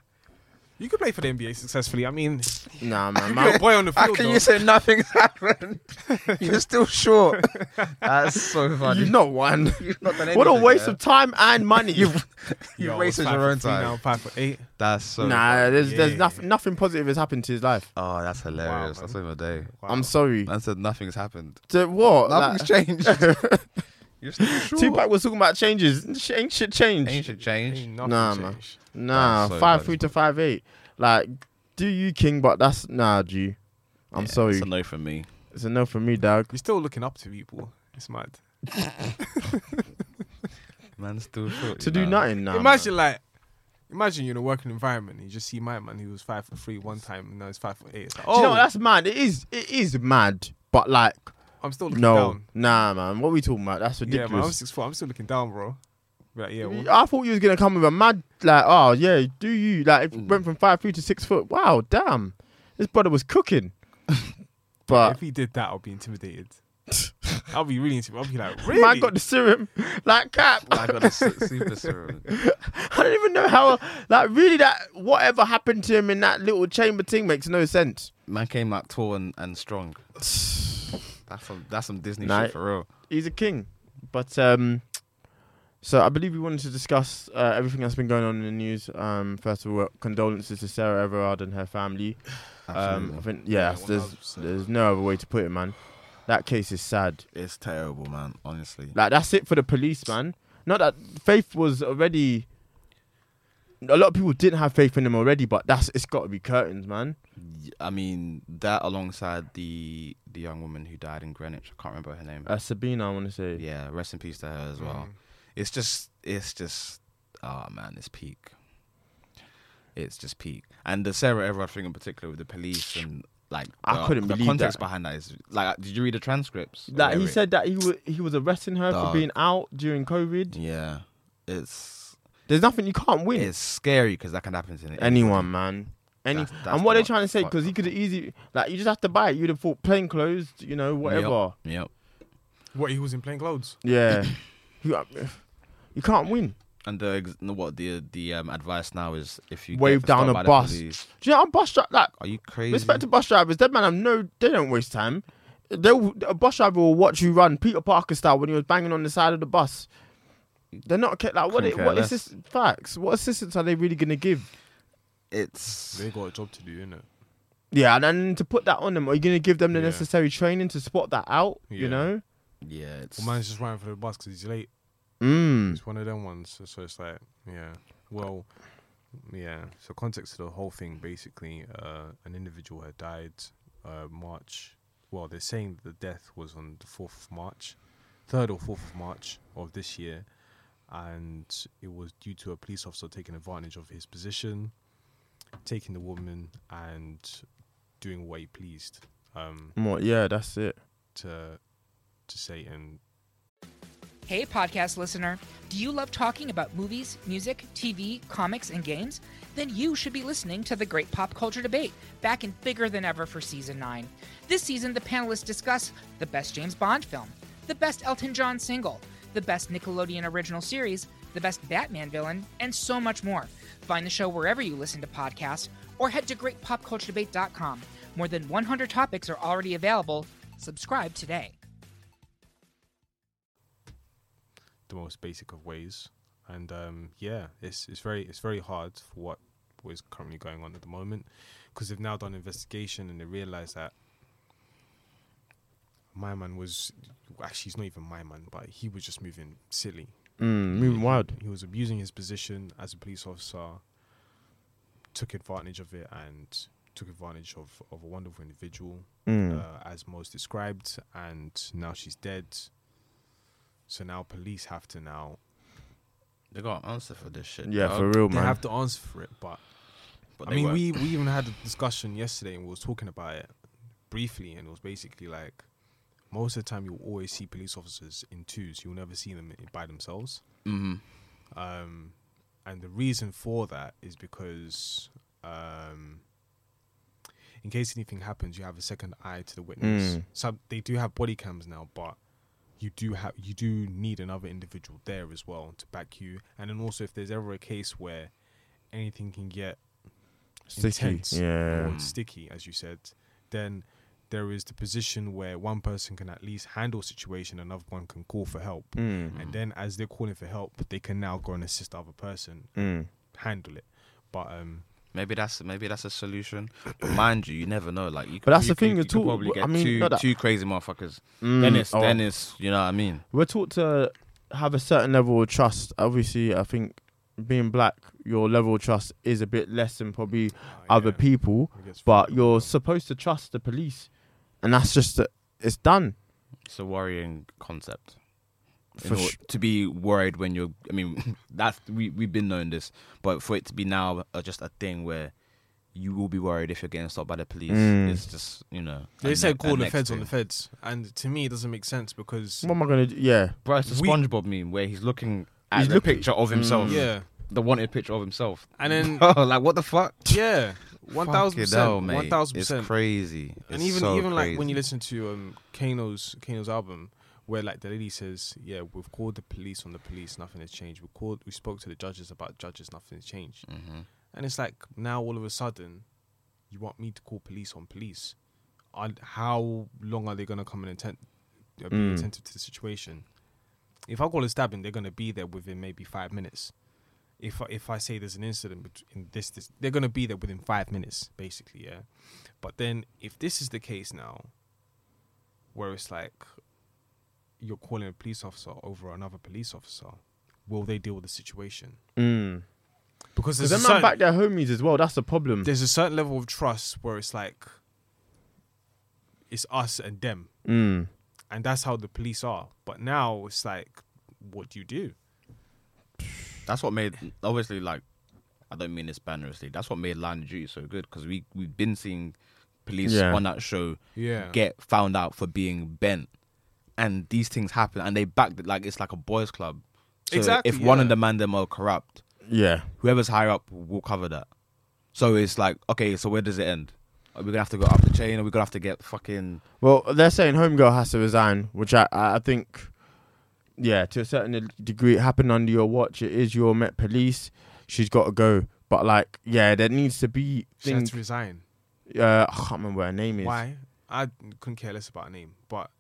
C: You could play for the NBA successfully. I mean,
B: Nah, man.
C: you're a
B: man
C: boy on the
A: How
C: field.
A: can
C: though.
A: you say nothing's happened? You're still short. That's so funny.
B: you've not won.
A: You've not done
B: what a
A: anything,
B: waste
A: yeah.
B: of time and money.
A: You
C: Yo, it's
A: wasted
C: five
A: your
C: for
A: own
C: three
A: time.
C: Now five for eight.
A: That's so.
B: nah, there's there's
C: Yeah.
B: nothing nothing positive has happened to his life.
A: Oh, that's hilarious.
C: man.
A: that's over day.
B: I'm sorry.
A: Man said nothing's happened.
B: So what? Like,
A: Nothing's changed. You're still short.
B: Tupac was talking about changes. Sh- Ain't shit changed.
A: Ancient change.
C: Ain't nothing
B: Nah,
C: changed.
B: man. Nah,
A: That's so
B: five
A: bad.
B: three to five eight. Like, do you king? But that's nah, G. I'm sorry.
A: It's a no from me.
B: It's a no for me, dog.
C: You're still looking up to people. It's mad.
A: Man's still short.
B: To
A: you
B: do
A: know.
B: nothing now.
C: imagine like, imagine you're in a working environment. And you just see my man who was five for three one time, and now he's five for eight. It's like,
B: Do
C: oh,
B: you know what? that's mad? It is. It is mad. But like,
C: I'm still looking
B: no,
C: down.
B: nah, man. What are we talking about? That's ridiculous.
C: Yeah, man, I'm six foot. I'm still looking down, bro. Be Like, yeah, well,
B: I thought you was gonna come with a mad like, oh yeah, do you like it went from five three to six foot? Wow, damn, this brother was cooking. but
C: if he did that, I'll be intimidated. I'll be really intimidated. I'll be like, really?
B: man got the serum like cap.
A: I got a su- super serum.
B: I don't even know how. Like really, that whatever happened to him in that little chamber thing makes no sense.
A: Man came out tall and, and strong. That's some that's some Disney
B: Nah.
A: shit for real.
B: He's a king, but um. So I believe we wanted to discuss uh, everything that's been going on in the news. Um, first of all, condolences to Sarah Everard and her family. Um, I
A: Absolutely.
B: think yeah, there's
C: 1000%.
B: there's no other way to put it, man. That case is sad.
A: it's terrible, man. Honestly,
B: Like that's it for the police, man. Not that faith was already. A lot of people didn't have faith in them already, but that's it's got to be curtains, man.
A: Y- I mean that alongside the the young woman who died in Greenwich. I can't remember her name.
B: Uh, Sabina, I want to say.
A: yeah, rest in peace to her as well. It's just, it's just, oh man, it's peak. It's just peak, and the Sarah Everard thing in particular with the police and like
B: I
A: the-
B: couldn't
A: the
B: believe
A: context
B: that.
A: behind that is like, uh, did you read the transcripts?
B: Like he
A: Whatever it-
B: said that he was he was arresting her
A: Dog.
B: for being out during COVID.
A: yeah, it's
B: There's nothing you can't win.
A: it's scary because that can happen to anybody.
B: Anyone, man. Any
A: That's- that's
B: and what they're
A: what
B: trying to say
A: fucked
B: because he
A: up.
B: could have easy like you just have to buy it. You'd have thought plain clothes, you know, whatever.
A: Yep. yep.
C: what he was in plain clothes.
B: Yeah, you, you can't win.
A: And the ex- no, what the the um, advice now is if you
B: Wave
A: get stopped
B: down
A: by
B: a
A: the
B: bus. Do
A: police-
B: you know I'm bus dri- like
A: are you crazy?
B: Respect to bus drivers. Them man have no. They don't waste time. They a bus driver will watch you run Peter Parker style when he was banging on the side of the bus. They're not ca- like what?
A: Couldn't
B: It,
A: care
B: what
A: less.
B: assist, facts? What assistance are they really gonna give?
A: It's
C: They got a job to do, innit?
B: Yeah, and then to put that on them, are you gonna give them the
C: Yeah.
B: necessary training to spot that out?
C: Yeah.
B: You know.
A: yeah, it's
C: Well, man's just running for the bus because he's late.
B: Mm.
C: It's one of them ones. So it's like, yeah. Well, yeah. So context of the whole thing, basically, uh, an individual had died uh, March. Well, they're saying the death was on the fourth of March, third or fourth of March of this year, and it was due to a police officer taking advantage of his position, taking the woman and doing what he pleased. Um,
B: What? Yeah, that's it.
C: to to Satan.
E: Hey, podcast listener. Do you love talking about movies, music, TV, comics, and games? Then you should be listening to The Great Pop Culture Debate, back and bigger than ever for season 9. This season, the panelists discuss the best James Bond film, the best Elton John single, the best Nickelodeon original series, the best Batman villain, and so much more. Find the show wherever you listen to podcasts or head to greatpopculturedebate.com. More than 100 topics are already available. Subscribe today.
C: the most basic of ways. And um, yeah, it's it's very it's very hard for what was currently going on at the moment because they've now done an investigation and they realised that my man was actually he's not even my man, but he was just moving silly.
B: Mm, moving wild.
C: He was abusing his position as a police officer, took advantage of it, and took advantage of, of a wonderful individual,
B: Mm.
C: uh, as most described, and now she's dead. So now police have to now
A: they got an answer for this shit.
B: Yeah,
A: dog.
B: for real,
C: they
B: man.
C: have to answer for it. But,
A: But
C: I
A: they
C: mean,
A: weren't.
C: we we even had a discussion yesterday and we was talking about it briefly, and it was basically like most of the time you'll always see police officers in twos. You'll never see them i- by themselves. Um, and the reason for that is because um, in case anything happens, you have a second eye to the
B: Hmm.
C: witness. So they do have body cams now, but you do have you do need another individual there as well to back you. And then also, if there's ever a case where anything can get
B: Sticky,
C: intense
B: yeah.
C: or sticky, as you said, then there is the position where one person can at least handle situation, another one can call for help,
B: Hmm.
C: and then as they're calling for help, they can now go and assist the other person
B: Hmm.
C: handle it. But um,
A: Maybe that's maybe that's a solution. But mind you, you never know. Like, you
B: But that's
A: you
B: the
A: could-
B: thing, you're
A: You could
B: taught-
A: probably
B: I
A: get
B: mean,
A: two,
B: not that-
A: two crazy motherfuckers. Then it's
B: oh.
A: then it's you know what I mean.
B: We're taught to have a certain level of trust. Obviously, I think being black, your level of trust is a bit less than probably other
C: Ah, yeah.
B: people.
C: It gets
B: But
C: fucked
B: you're
C: up.
B: supposed to trust the police, and that's just the, it's done.
A: It's a worrying concept. In
B: For
A: order-
B: sh-
A: to be worried when you're, I mean, that's we we've been knowing this, but for it to be now uh, just a thing where you will be worried if you're getting stopped by the police. It's just you know
C: they
A: a ne-
C: said call
A: a
C: the
A: next
C: feds on
A: thing.
C: the feds, and to me it doesn't make sense because
B: What am I gonna do? Yeah,
A: Bro, it's a
C: We-
A: SpongeBob meme where he's looking at
B: He's
A: the
B: looking-
A: picture of himself.
C: Mm. yeah,
A: the wanted picture of himself.
C: And then-
A: Bro, like what the fuck?
C: yeah, one thousand
A: Fucking hell,
C: percent,
A: mate.
C: one thousand percent.
A: It's crazy.
C: and
A: It's
C: even
A: so
C: even like when
A: crazy.
C: you listen to um Kano's Kano's album, where like the lady says, "Yeah, we've called the police on the police, nothing has changed. We called, we spoke to the judges about judges, nothing has changed."
A: Mm-hmm.
C: And it's like now all of a sudden, you want me to call police on police? Are, how long are they gonna come and attend, uh, be
A: Mm.
C: attentive to the situation? If I call a stabbing, they're gonna be there within maybe five minutes. If I, if I say there's an incident between this, this, they're gonna be there within five minutes, basically, yeah. But then if this is the case now, where it's like you're calling a police officer over another police officer, will they deal with the situation? Because
B: because
C: there's a,
B: Mm. them man
C: certain,
B: back their homies as well. That's the problem.
C: there's a certain level of trust where it's like it's us and them.
B: Mm.
C: And that's how the police are. But now it's like, what do you do?
A: That's what made obviously like I don't mean this bannerously. That's what made Line of Duty so good because we we've been seeing police
B: Yeah.
A: on that show
C: Yeah.
A: get found out for being bent, and these things happen, and they backed it like it's like a boys' club. So
C: Exactly,
A: If one
C: yeah.
A: of the man them are corrupt,
B: Yeah,
A: whoever's higher up will cover that. So it's like okay, so where does it end? Are we gonna have to go up the chain? Are we gonna have to get fucking?
B: Well, they're saying Homegirl has to resign, which I, I I think, yeah, to a certain degree, it happened under your watch. It is your Met Police. She's got to go. But, like, yeah, there needs to be
C: She has
B: things.
C: to resign.
B: Uh, I can't remember what her name is.
C: Why? I couldn't care less about a name, but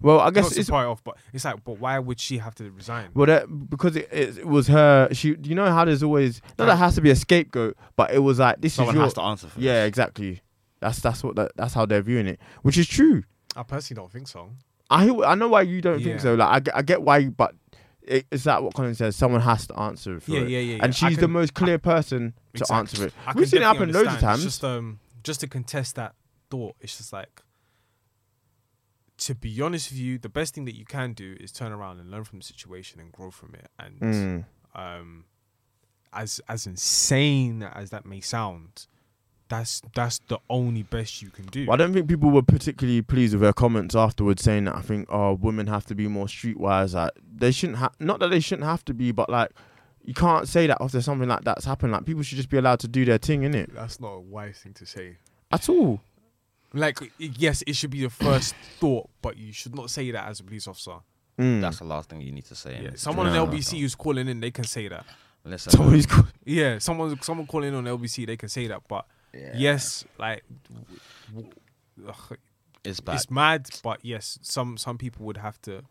B: Well, I guess
C: not to
B: it's
C: put it off, but it's like, but why would she have to resign?
B: well that because it, it, it was her. She, you know how there's always not that has to be a scapegoat, but it was like this
A: Someone
B: is your,
A: has to answer for
B: Yeah,
A: this.
B: exactly. That's that's what that, that's how they're viewing it, which is true.
C: I personally don't think so.
B: I hear, I know why you don't
C: Yeah.
B: think so. Like I, get- I get why, you- but it, is that what Colin says? Someone has to answer for
C: Yeah,
B: it.
C: yeah, yeah,
B: And
C: yeah. I
B: she's the
C: can-
B: most clear person to
C: Exact-
B: answer it.
C: I can
B: We've seen it happen
C: definitely
B: loads of
C: understand.
B: times.
C: It's just um, just to contest that thought, it's just like, to be honest with you, the best thing that you can do is turn around and learn from the situation and grow from it. And
B: Mm.
C: um, as as insane as that may sound, that's that's the only best you can do.
B: Well, I don't think people were particularly pleased with her comments afterwards, saying that I think oh women have to be more streetwise. Like they shouldn't have, not that they shouldn't have to be, but like you can't say that after something like that's happened. Like people should just be allowed to do their thing, innit?
C: that's not a wise thing to say.
B: At all.
C: Like, i- yes, it should be the first thought, but you should not say that as a police officer.
B: Mm.
A: That's the last thing you need to say.
C: Yeah, someone on LBC who's calling in, they can say that.
A: Listen,
B: Somebody's called.
C: Yeah, someone someone calling on LBC, they can say that. But yes, like w- w- ugh,
A: it's bad.
C: it's mad, but yes, some some people would have to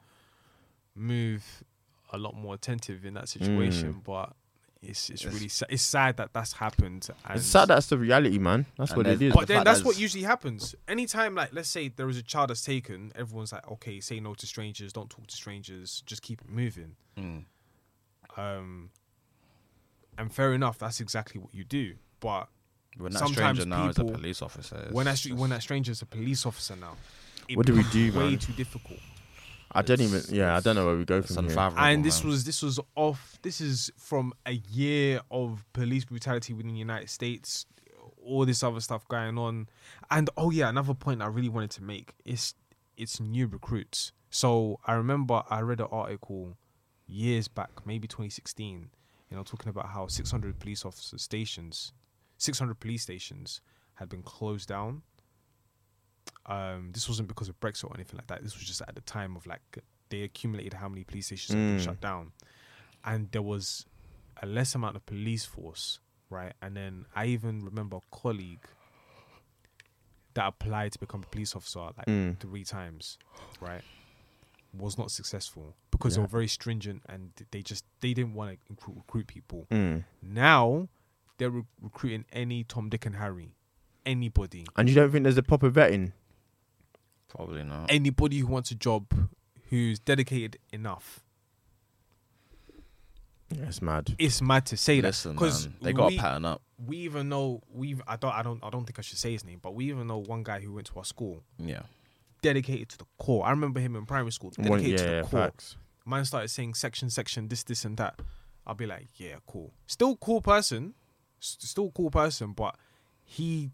C: move a lot more attentive in that situation. But it's Mm. it's really sa- it's sad that that's happened. And
B: It's sad that's the reality, man. That's
A: And
B: what it
A: there's-
B: is.
A: the
C: But then
A: fact
C: that's
A: that
C: what
A: it's-
C: usually happens. Anytime, like, let's say there is a child that's taken, everyone's like, okay, say no to strangers, don't talk to strangers, just keep it moving.
A: Hmm.
C: Um, and fair enough, that's exactly what you do. But
A: When that
C: sometimes
A: stranger now is a
C: people-
A: police officer. it's-
C: when that str- when that stranger's a police officer now, it
B: What do we
C: becomes
B: do,
C: Way
B: man?
C: too difficult.
B: I don't even. Yeah, I don't know where we go
A: it's
B: from here.
A: unfathomable,
C: and this
A: man.
C: was this was off this is from a year of police brutality within the united states all this other stuff going on and oh yeah another point i really wanted to make is it's new recruits so i remember i read an article years back maybe 2016 you know talking about how 600 police officer stations 600 police stations had been closed down um, this wasn't because of Brexit or anything like that. This was just at the time of like they accumulated how many police stations had been shut down, and there was a less amount of police force, right? And then I even remember a colleague that applied to become a police officer like three times, right? Was not successful because they were very stringent and they just they didn't want to recruit, recruit people.
B: Mm. Hmm.
C: Now they're re- recruiting any Tom, Dick, and Harry, anybody
B: And you don't think there's a proper vetting?
A: probably not.
C: anybody who wants a job who's dedicated enough.
B: Yeah, it's mad.
C: It's mad to say that
A: Listen, man, they got to
C: we,
A: pattern up.
C: we even know we I don't I don't I don't think I should say his name, but we even know one guy who went to our school
A: Yeah,
C: dedicated to the core. I remember him in primary school dedicated
B: One-
C: to the
B: yeah,
C: core.
B: facts.
C: Man started saying section section this this and that. I'll be like, yeah, cool. Still cool person, s- still cool person, but he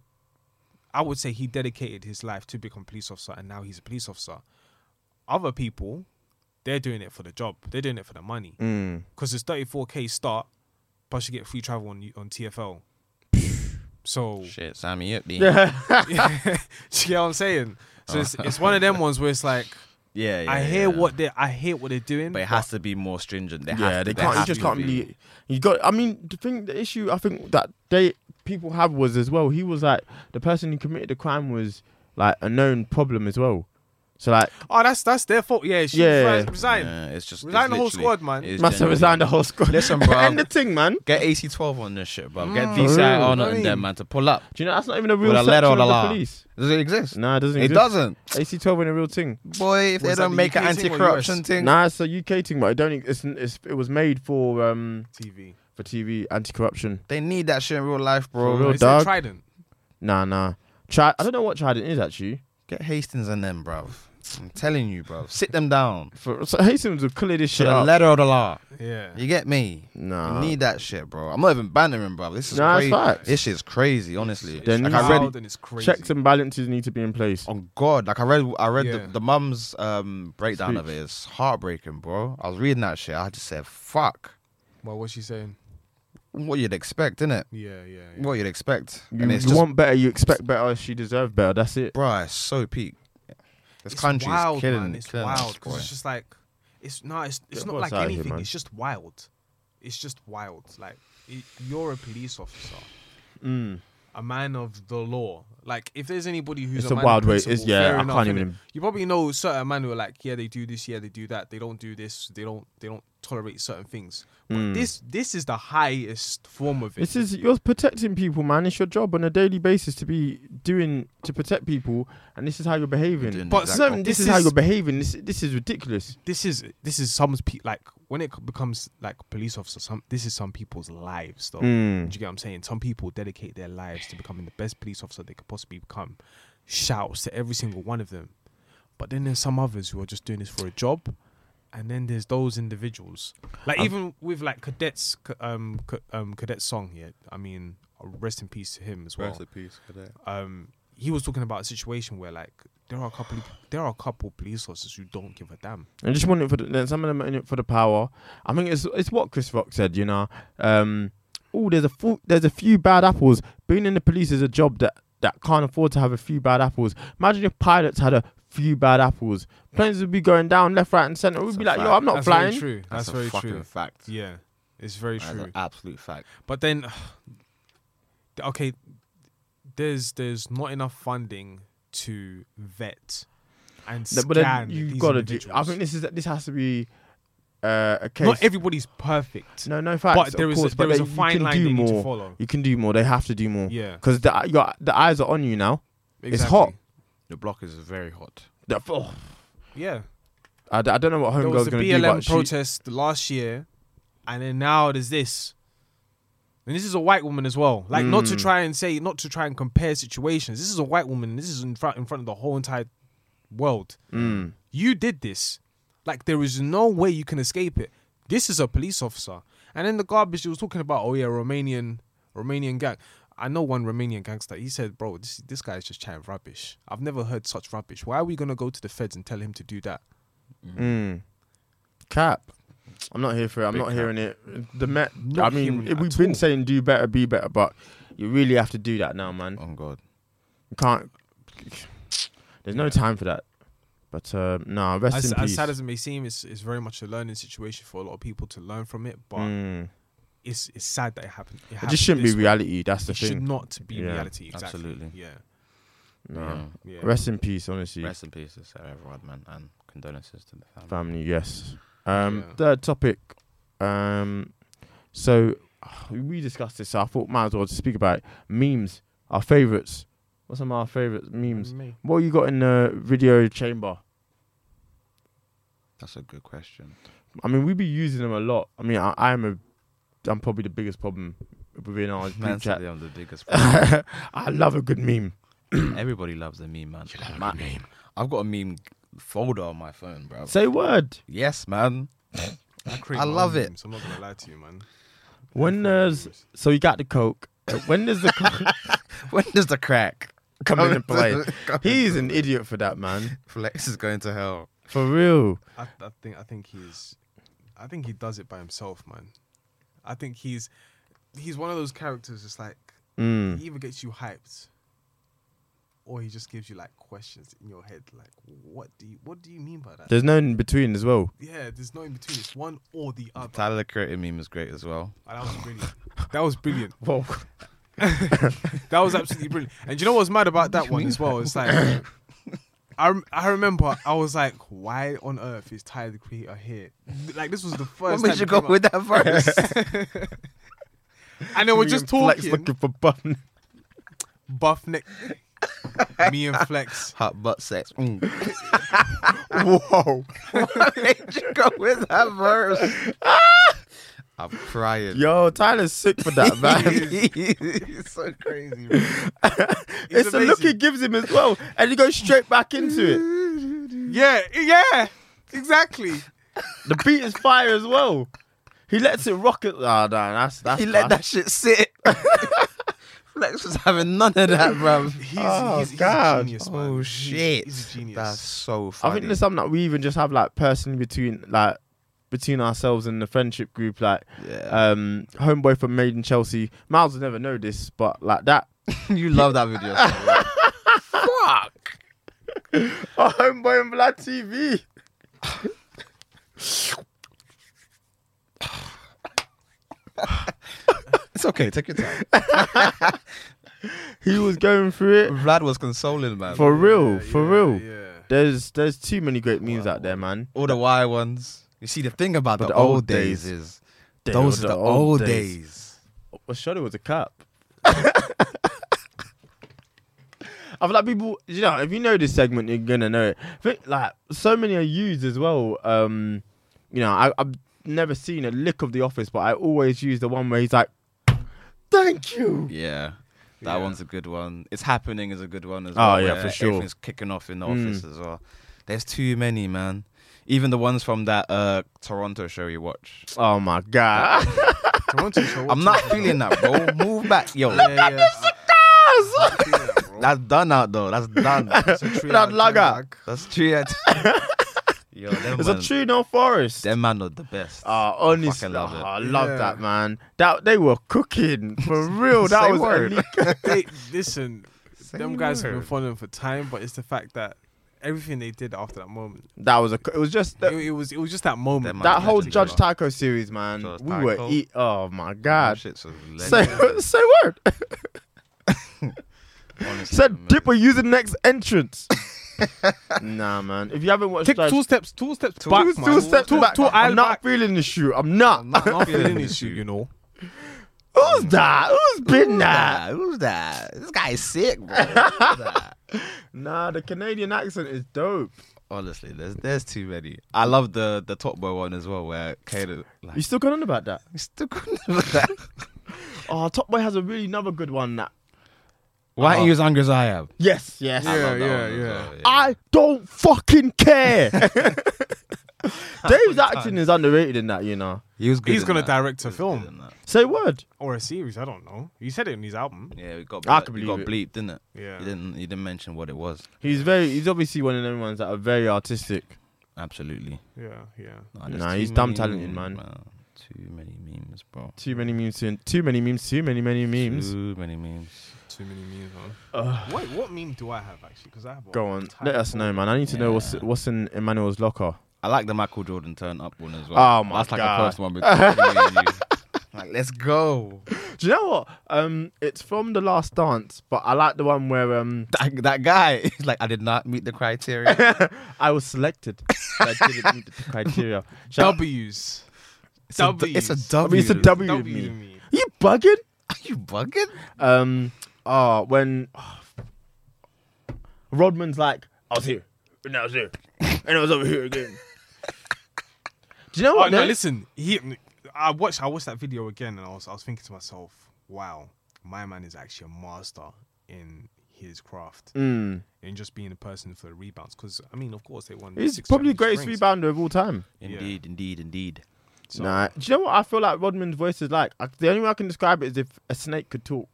C: I would say he dedicated his life to become a police officer and now he's a police officer. Other people, they're doing it for the job. They're doing it for the money.
B: Mm.
C: Because it's 34k start, plus you get free travel on on TFL. so
A: shit, Sammy Yip. Yeah,
B: Yeah.
C: you get what I'm saying? So
B: Oh.
C: it's, it's one of them ones where it's like
A: yeah, yeah.
C: I hear
A: yeah.
C: what they are I hear what they're doing.
A: but it has to be more stringent. They
B: Yeah,
A: have
B: they
A: to,
B: can't. You
A: have
B: just
A: to
B: can't
A: be.
B: really. You got. I mean, the thing, the issue I think that they people have was as well. He was like the person who committed the crime was like a known problem as well. So like,
C: oh, that's that's their fault. Yeah, she
B: Yeah.
C: yeah. resigned.
A: Yeah, it's just
C: Resign
A: it's
C: the whole
A: literally-
C: squad, man.
A: it's
B: must have
A: genuinely-
B: resigned the whole squad.
A: Listen, bro.
B: and the thing, man.
A: Get AC12 on this shit, bro.
C: Mm.
A: Get
B: for
A: DCI
B: real.
A: Arnold
B: I
A: and them,
B: mean-
A: man, to pull up.
B: Do you know that's not even a real
A: With a
B: section
A: letter
B: of
A: on
B: the
A: the line.
B: police?
A: Does it exist?
B: Nah, it doesn't.
A: It
B: exist.
A: doesn't.
B: AC twelve ain't a real thing.
A: Boy, if they
C: Was that
A: don't
C: the
A: make an
C: UK thing or
A: anti-corruption
C: US?
A: thing,
B: Nah, it's a UK thing, but I don't. It's, it's it was made for um
C: TV.
B: for TV anti-corruption.
A: they need that shit in real life,
B: For
A: bro.
B: real.
C: Is it
B: Oh, dog.
C: Trident?
B: Nah, nah. Tri- I don't know what Trident is actually.
A: Get Hastings and them, bro. I'm telling you, bro. Sit them down.
B: For so Hastings would clear this
A: To
B: shit
A: the
B: up.
A: letter of the law.
C: Yeah.
A: You get me?
B: Nah.
A: You need that shit, bro. I'm not even bantering, bro. This is
B: Nah, it's
A: crazy.
B: facts.
A: This shit's crazy, honestly.
C: It's
B: Then
A: like I
B: you-
A: read
C: wild and it's crazy.
B: Checks and balances need to be in place.
A: on God, like I read I read
C: Yeah.
A: the, the mum's um breakdown of
B: Speech.
A: it. It's heartbreaking, bro. I was reading that shit. I just said, fuck.
C: well, what's she saying?
A: What you'd expect, innit?
C: Yeah, yeah. yeah.
A: What you'd expect.
B: You,
A: and it's
B: you
A: just
B: want better, you expect better. She deserved better. That's it.
A: bruh, it's so peak. This
C: It's
A: country
C: wild,
A: is killing,
C: man. It's
A: killing us,
C: wild
A: boy.
C: because it's just like it's not. It's, it's
B: Yeah,
C: not
B: what's
C: like
B: out here,
C: anything.
B: man?
C: it's just wild. It's just wild. Like i you're a police officer. a man of the law. Like if there's anybody who's
B: It's
C: a,
B: a
C: man
B: wild
C: of
B: way. It's-
C: principle,
B: yeah,
C: fair
B: I
C: enough,
B: can't
C: innit?
B: even-
C: You probably know certain men who are like, yeah, they do this, yeah, they do that. They don't do this. They don't. They don't tolerate certain things. But this, this is the highest form of it.
B: Hmm. This is you're protecting people, man. It's your job on a daily basis to be doing to protect people, and this is how you're behaving.
A: doing the
B: but
A: exact
B: some-
A: opposite.
B: this,
C: This
B: is how
C: is-
B: you're behaving. This this is ridiculous.
C: this is this is some pe- like when it becomes like police officer. Some this is some people's lives though.
B: Hmm. Mm.
C: Do you get what I'm saying? Some people dedicate their lives to becoming the best police officer they could possibly become. Shouts to every single one of them. But then there's some others who are just doing this for a job. And then there's those individuals, like even with like cadets, c- um, c- um, cadet song. Yeah, I mean, rest in peace to him as well
A: peace for that.
C: um, he was talking about a situation where like there are a couple there are a couple police officers who don't give a damn.
B: And just want it for the, then some of them are in it for the power. I think it's it's what Chris Rock said. You know, um, oh, there's a fu- there's a few bad apples. Being in the police is a job that that can't afford to have a few bad apples. Imagine if pilots had a few bad apples. Planes would be going down left, right, and center. We'd
A: That's
B: be
A: a
B: like, yo,
A: fact.
B: I'm not
C: That's
B: flying.
C: very true. That's,
A: That's, a
C: very
A: fucking
C: true.
A: fact.
C: Yeah, it's very
A: That's
C: true.
A: an absolute fact.
C: But then, okay, there's there's not enough funding to vet and
B: No,
C: scan
B: but then
C: these
B: you've got to do. I
C: individuals.
B: think this is this has to be uh, a case.
C: not everybody's perfect.
B: no, no
C: but
B: facts.
C: there
B: of
C: is a-
B: course, but
C: there is
B: they-
C: a fine
B: you can
C: line
B: do
C: they
B: more.
C: need to follow.
B: You can do more. They have to do more.
C: Yeah.
B: because the your, the eyes are on you now. It's hot.
A: The block is very hot.
B: The- oh,
C: Yeah,
B: I, d- I don't know what
C: there was
B: homegirl's
C: the
B: going to do, but
C: BLM
B: she-
C: protest last year, and then now there's this. And this is a white woman as well. Like not
B: Mm.
C: to try and say, not to try and compare situations. This is a white woman. This is in front in front of the whole entire world.
B: Mm.
C: You did this. Like there is no way you can escape it. This is a police officer. And then the garbage she was talking about, oh yeah, Romanian Romanian gang. I know one Romanian gangster. He said, bro, this this guy is just chatting rubbish. I've never heard such rubbish. Why are we gonna go to the feds and tell him to do that?
B: cap. I'm not here for it. I'm not
A: cap.
B: hearing it. The Met. I
C: Not
B: mean,
C: hearing
B: if
C: it
B: we've
C: at
B: been
C: all.
B: saying do better, be better, but you really have to do that now, man.
A: Oh god.
B: You can't. There's no time for that. But uh, nah, rest
C: as,
B: in
C: as
B: peace.
C: sad as it may seem, it's, it's very much a learning situation for a lot of people to learn from it. But
B: Mm.
C: it's it's sad that it happened. It,
B: It
C: happened
B: just shouldn't be
C: this way.
B: reality. That's the
C: It should
B: thing.
C: not be
B: Yeah,
C: reality. Exactly.
A: absolutely.
C: Yeah.
B: Nah.
C: Yeah.
B: Rest in peace, honestly.
A: Rest in peace to everyone, man, and condolences to the family.
B: Family, yes. Um,
C: Yeah.
B: Third topic. Um, so we discussed this. So I thought might as well speak about it. memes. Our favorites. What's some of our favorite memes?
C: Me.
B: What you got in the video chamber?
A: That's a good question.
B: I mean, we be using them a lot. I mean, I, I'm a, I'm probably the biggest problem within our
A: Man, said
B: group chat.
A: they are the biggest.
B: I love a good meme.
A: Everybody loves a meme, man. My- I've got a meme folder on my phone, bro.
B: Say word.
A: yes, man.
C: create
A: I
C: my own
A: love it.
C: memes, I'm not gonna lie to you, man.
B: When there's so you got the coke. Uh, When does the coke
A: When does the crack
B: come
A: Come
B: into play?
A: into- come
B: He's
A: into
B: an idiot for that, man.
A: flex is going to hell?
B: For real.
C: I, I think I think he's, I think he does it by himself, man. I think he's, he's one of those characters. that's like
B: Mm.
C: he either gets you hyped, or he just gives you like questions in your head, like what do you what do you mean by that?
B: There's no in between as well.
C: yeah, there's no in between. It's one or the other.
A: Tyler the Creator meme is great as well.
C: Oh, that was brilliant. That was brilliant.
B: Whoa.
C: That was absolutely brilliant. And do you know what's mad about that one as well? It's like I, rem- I remember I was like, why on earth is Tyler the Creator here? Like this was the
A: What
C: first.
A: made
C: time
A: you
C: it
A: go
C: came
A: with
C: out.
A: that verse?
C: And then we're just
B: Flex
C: talking.
B: looking for button.
C: Buff neck. Me and Flex.
A: Hot butt sex. Mm. Whoa! What made you go with that verse? I'm crying.
B: Yo, Tyler's sick for that, man.
A: it's so crazy. bro.
B: it's the look
C: amazing.
B: he gives him as well. And he goes straight back into it.
C: Yeah, yeah, exactly.
B: The beat is fire as well. He lets it rock it. Ah, nah, that's that's
A: He let that
B: that's-
A: shit sit. Flex was having none of that, bro.
C: He's,
B: Oh,
C: he's, he's
B: God.
C: a genius, man.
A: Oh
C: He's-
A: shit!
C: He's a genius.
A: That's so
B: I
A: funny.
B: think there's something that we even just have like personally between like between ourselves and the friendship group, like
A: Yeah.
B: um homeboy from Maiden Chelsea. Miles will never know this, but like that
A: you love that video. so much.
B: Fuck. Oh, homeboy on Vlad TV.
A: it's okay. Take your time.
B: he was going through it
A: Vlad was consoling, man.
B: for real, for
C: yeah,
B: real.
C: Yeah.
B: There's there's too many great memes out there, man.
A: all the Y ones. You see, the thing about the,
B: the
A: old,
B: old
A: days,
B: days.
A: is those are the old days.
B: I shot it with a cap. I feel like people, you know, if you know this segment, you're gonna know it. I think like so many are used as well. Um, you know, I, I've never seen a lick of The Office, but I always use the one where he's like, "Thank you."
A: Yeah. That
C: Yeah.
A: one's a good one. It's happening is a good one as well.
B: Oh, yeah,
A: where
B: for sure.
A: Everything's kicking off in the
B: Mm.
A: office as well. There's too many, man. Even the ones from that uh, Toronto show you watch.
B: Oh my god!
C: Toronto, so
A: I'm not feeling that, bro. Move back, yo.
C: yeah, yeah.
A: That's done out though. That's done.
B: That lugger.
A: That's true. At- yo, them
B: It's
A: man,
B: a true North Forest.
A: them man are the best.
B: Oh, honestly,
A: fucking love
B: oh,
A: it.
B: I love
C: Yeah.
B: that man. That they were cooking for real. That
A: Say
B: was
A: word.
B: elite.
C: they, listen, them
A: Same
C: guys have been
A: word.
C: following for time, but it's the fact that everything they did after that moment,
B: that was a. It was just
C: it, it was it was just that moment.
A: Them man-
B: That
A: Might
B: whole
A: be
B: Judge
A: particular.
B: Taco series, man,
A: Judge
B: we were
A: Tycho.
B: eat. Oh my
A: Them
B: god!
A: shit's so
B: Say
A: legendary,
B: say word.
A: honestly,
B: Said
A: man.
B: dip or use the next entrance. nah, man. If you haven't watched
C: Take
B: Judge,
C: two steps, two steps
B: two,
C: back,
B: two
C: man.
B: steps
C: two,
B: back.
C: two
B: I'm
C: aisle
B: not
C: back.
B: feeling the shoe. I'm not.
A: I'm not
C: Not feeling
A: feeling
C: this
A: you.
C: shit, you know.
B: Who's that? Who's been that?
A: Who's that? This guy's sick, bro. Who's that?
B: Nah, the Canadian accent is dope.
A: Honestly, there's there's too many. I love the the Top Boy one as well, where Kayla like
B: You still going on about that?
A: "We still couldn't have that.
B: Oh, Top Boy has a really another good one. That
A: Why aren't you as angry as I am?
B: yes, yes.
A: I love
C: Yeah,
A: Oh, that
C: yeah,
A: one as
C: yeah.
A: well,
B: I don't fucking care. Dave's acting is underrated in that, you know.
A: He was good
C: He's
A: in
C: gonna
A: that.
C: direct
A: He
C: a
A: was good
C: film.
A: in that.
B: Say word.
C: Or a series, I don't know. He said it in his album.
A: Yeah, we got
B: I
A: ble-
B: can
A: we got
B: believe
A: bleeped, didn't it?
C: Yeah.
A: He didn't he didn't mention what it was.
B: He's very. He's obviously one of them ones that are very artistic.
A: Absolutely.
C: Yeah, yeah.
A: Nah, there's
B: Nah,
A: too
B: he's damn
A: many
B: talented,
A: memes,
B: man.
A: Too many memes, bro.
B: Too many memes. Too, too many memes. Too many many memes.
A: Too many memes.
C: Too many memes, man. what what meme do I have actually? Because I have a
B: Go on.
C: type
B: Let us
C: of-
B: know, man. I need to know what's what's in Emmanuel's locker.
A: I like the Michael Jordan turn up one as well.
B: Oh my
A: That's like
B: God.
A: the first one between me and you. Like, let's go.
B: Do you know what? Um, it's from The Last Dance, but I like the one where um
A: That, that guy is like, I did not meet the criteria.
B: I was selected. but I didn't meet the criteria. Shout-
C: W's.
A: It's a, d- it's a
C: W's.
B: I
A: W.
B: mean, it's a W,
C: W
B: me.
C: to me.
B: Are you bugging?
A: Are you bugging?
B: Um, oh, when Rodman's like, I was here, and I was here, and I was over here again. Do you know
C: Oh
B: what?
C: no,
B: no?
C: listen. He, I watched I watched that video again, and I was I was thinking to myself, wow, my man is actually a master in his craft
B: Mm.
C: in just being a person for the rebounds. Because I mean, of course, they won.
B: He's
C: six
B: probably the greatest
C: championship rings.
B: rebounder of all time.
A: Indeed, indeed, indeed.
C: So-
B: Nah. Do you know what I feel like Rodman's voice is like? I, the only way I can describe it is if a snake could talk.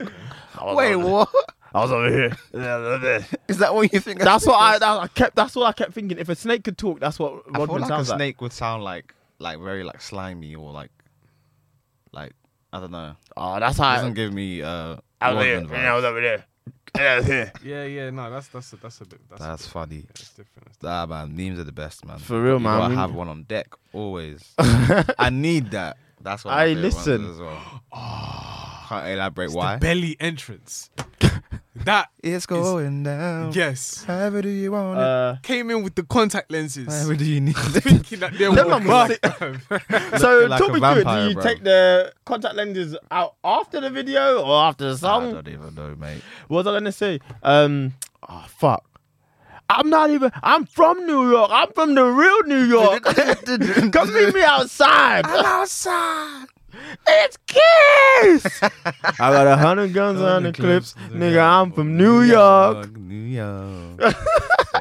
B: I was
A: Wait,
B: over-
A: what?
B: I was over here.
A: Is that what you think?
B: That's what I, that, I kept. That's what I kept thinking. If a snake could talk, that's what
A: I feel
B: Rodman
A: like a
B: sounds
A: snake would sound like, like very like slimy or like, like I don't know.
B: Oh, that's
A: It
B: how.
A: doesn't give me uh.
B: I was here,
A: Rodman
B: and I was
A: vibes.
B: over there, and I was here.
C: Yeah, yeah. No, that's that's a, that's a bit. That's,
A: That's
C: a bit,
A: funny.
C: yeah, it's different. It's
A: Nah, man, memes are the best, man.
B: For real,
A: you
B: man.
A: Gotta
B: We-
A: have one on deck always. I need that. That's what
B: Aye,
A: I listen
B: listen.
A: as well. Can't elaborate
C: the
A: why.
C: belly entrance. that
A: It's going down.
C: yes
A: However do you want
B: Uh,
C: came in with the contact lenses.
A: do you need it?
C: Thinking that they
B: Them
C: were
B: man was
C: black, fam.
B: So
A: like
B: talk
A: a
B: me through it. Do
A: vampire,
B: you
A: bro.
B: take the contact lenses out after the video or after the
A: I
B: song?
A: don't even know, mate.
B: what was I gonna say? Um, oh fuck. I'm not even. I'm from New York. I'm from the real New York. Come meet me outside. I'm outside. It's Kiss. I got a hundred guns, a hundred clips, nigga. I'm from New York.
A: New York. yeah,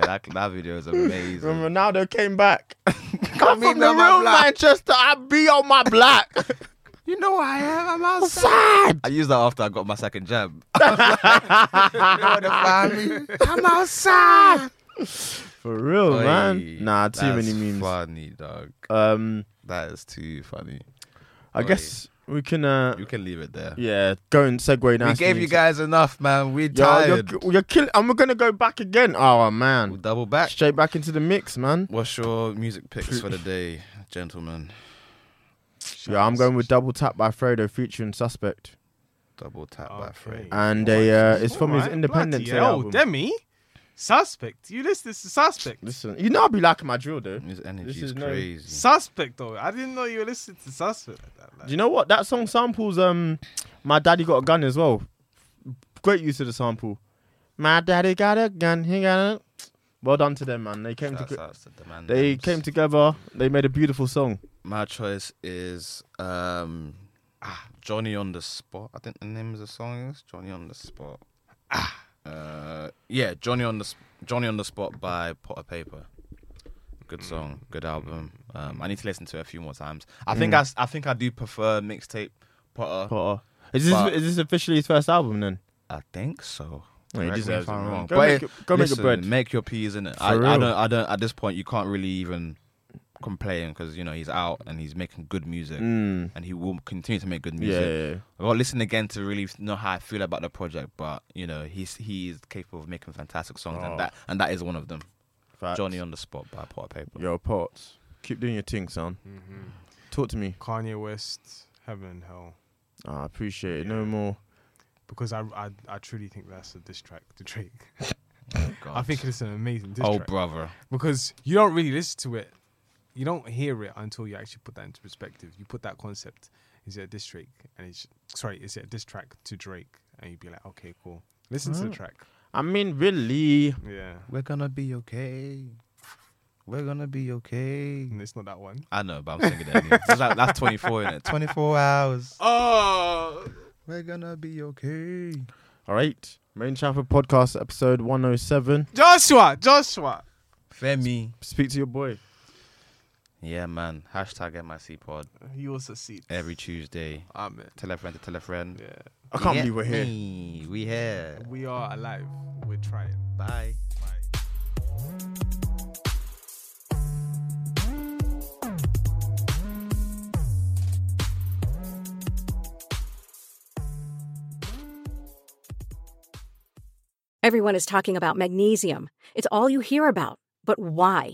A: that, that video is
B: When
A: amazing.
B: Ronaldo came back, I'm
A: meet
B: from
A: me
B: the
A: on my
B: real
A: block.
B: Manchester. I be on my block.
A: You know I am. I'm
B: Outside.
A: I used that after I got my second jab. you want to find me?
B: I'm
A: Ah.
B: outside. For real,
A: Oi,
B: Oh, man. Nah, too
A: that's
B: many memes.
A: Funny dog.
B: Um,
A: That is too funny.
B: I
A: Oi.
B: guess we can. Uh,
A: You can leave it there.
B: yeah, go and segue now.
A: we gave you guys enough, man. We
B: Yo, you're,
A: tired.
B: you're killing, and we're gonna go back again. Oh
A: We'll
B: man,
A: double back.
B: straight back into the mix, man.
A: What's your music picks for the day, gentlemen?
C: Shout
B: Yeah, I'm
C: out
B: going with
C: to-
B: Double Tap by Fredo featuring Suspect.
A: Double tap by
C: Okay.
A: Fred.
B: And a, uh, it's from his
C: Alright,
B: Independence Day
C: bloody hell,
B: album.
C: Demi, suspect. You listen to suspect.
B: Listen, you know I'll be liking my drill, though.
A: His energy
B: This
A: is
B: is no-
A: crazy.
C: Suspect though. I didn't know you were listening to suspect like that.
B: Do you know what? That song samples um My Daddy Got a Gun as well. Great use of the sample. My daddy got a gun, he got a Well done to them, man. They came
A: Shouts
B: to
A: outs to the man
B: they
A: dems.
B: came together, they made a beautiful song.
A: My choice is um ah, Johnny on the spot. I think the name of the song is Johnny on the spot. Ah, uh, yeah, Johnny on the Sp- Johnny on the spot by Potter Paper. Good
B: Mm.
A: song, good album. Um, I need to listen to it a few more times. I
B: Mm.
A: think I, s- I think I do prefer mixtape Potter.
B: Potter. Is this
A: But-
B: is this officially his first album then?
A: I think so.
B: No, he
A: Correct me
B: deserves
A: if I'm
B: it, man.
A: wrong.
B: Go
A: But it-
B: make it- go make it
A: listen,
B: bread.
A: Make your peas in it. I,
B: For
A: I
B: real.
A: don't. I don't. At this point, you can't really even complain because you know he's out and he's making good music,
B: Mm.
A: and he will continue to make good
B: Yeah,
A: music.
B: yeah, yeah.
A: I got to listen again to really know how I feel about the project, but you know he's he is capable of making fantastic songs,
B: Oh.
A: and that and that is one of them.
B: Facts.
A: Johnny on the spot by Potter Paper.
B: Yo, Potts. Keep doing your thing, son. Talk to me.
C: Kanye West, Heaven and Hell.
B: Ah, I appreciate it. No more.
C: Because I, I I truly think that's a diss track to Drake.
A: God.
C: I think it's an amazing diss
A: oh
C: track.
A: brother,
C: Because you don't really listen to it. You don't hear it until you actually put that into perspective. You put that concept, is it a diss track? And it's sorry, is it a diss track to Drake? And you'd be like, okay, cool. Listen
B: Ah.
C: to the track.
B: I mean, really.
C: Yeah.
A: we're gonna be okay. We're gonna be okay.
C: And it's not that one.
A: I know, but I'm singing it. Anyway. It's like- that's 24 in it. 24 hours.
C: Oh
A: We're gonna be okay.
B: All right. Main Chapel Podcast, episode 107.
C: Joshua, Joshua.
A: Femi.
B: Speak to your boy.
A: Yeah, man. Hashtag MIC pod
C: You also see
A: every Tuesday.
C: Amen.
A: Tell a friend to tell a friend.
C: Yeah.
B: I can't believe we're here.
A: here. We here.
C: We are alive. We're trying.
A: Bye.
C: Bye.
F: Everyone is talking about magnesium. It's all you hear about. But why?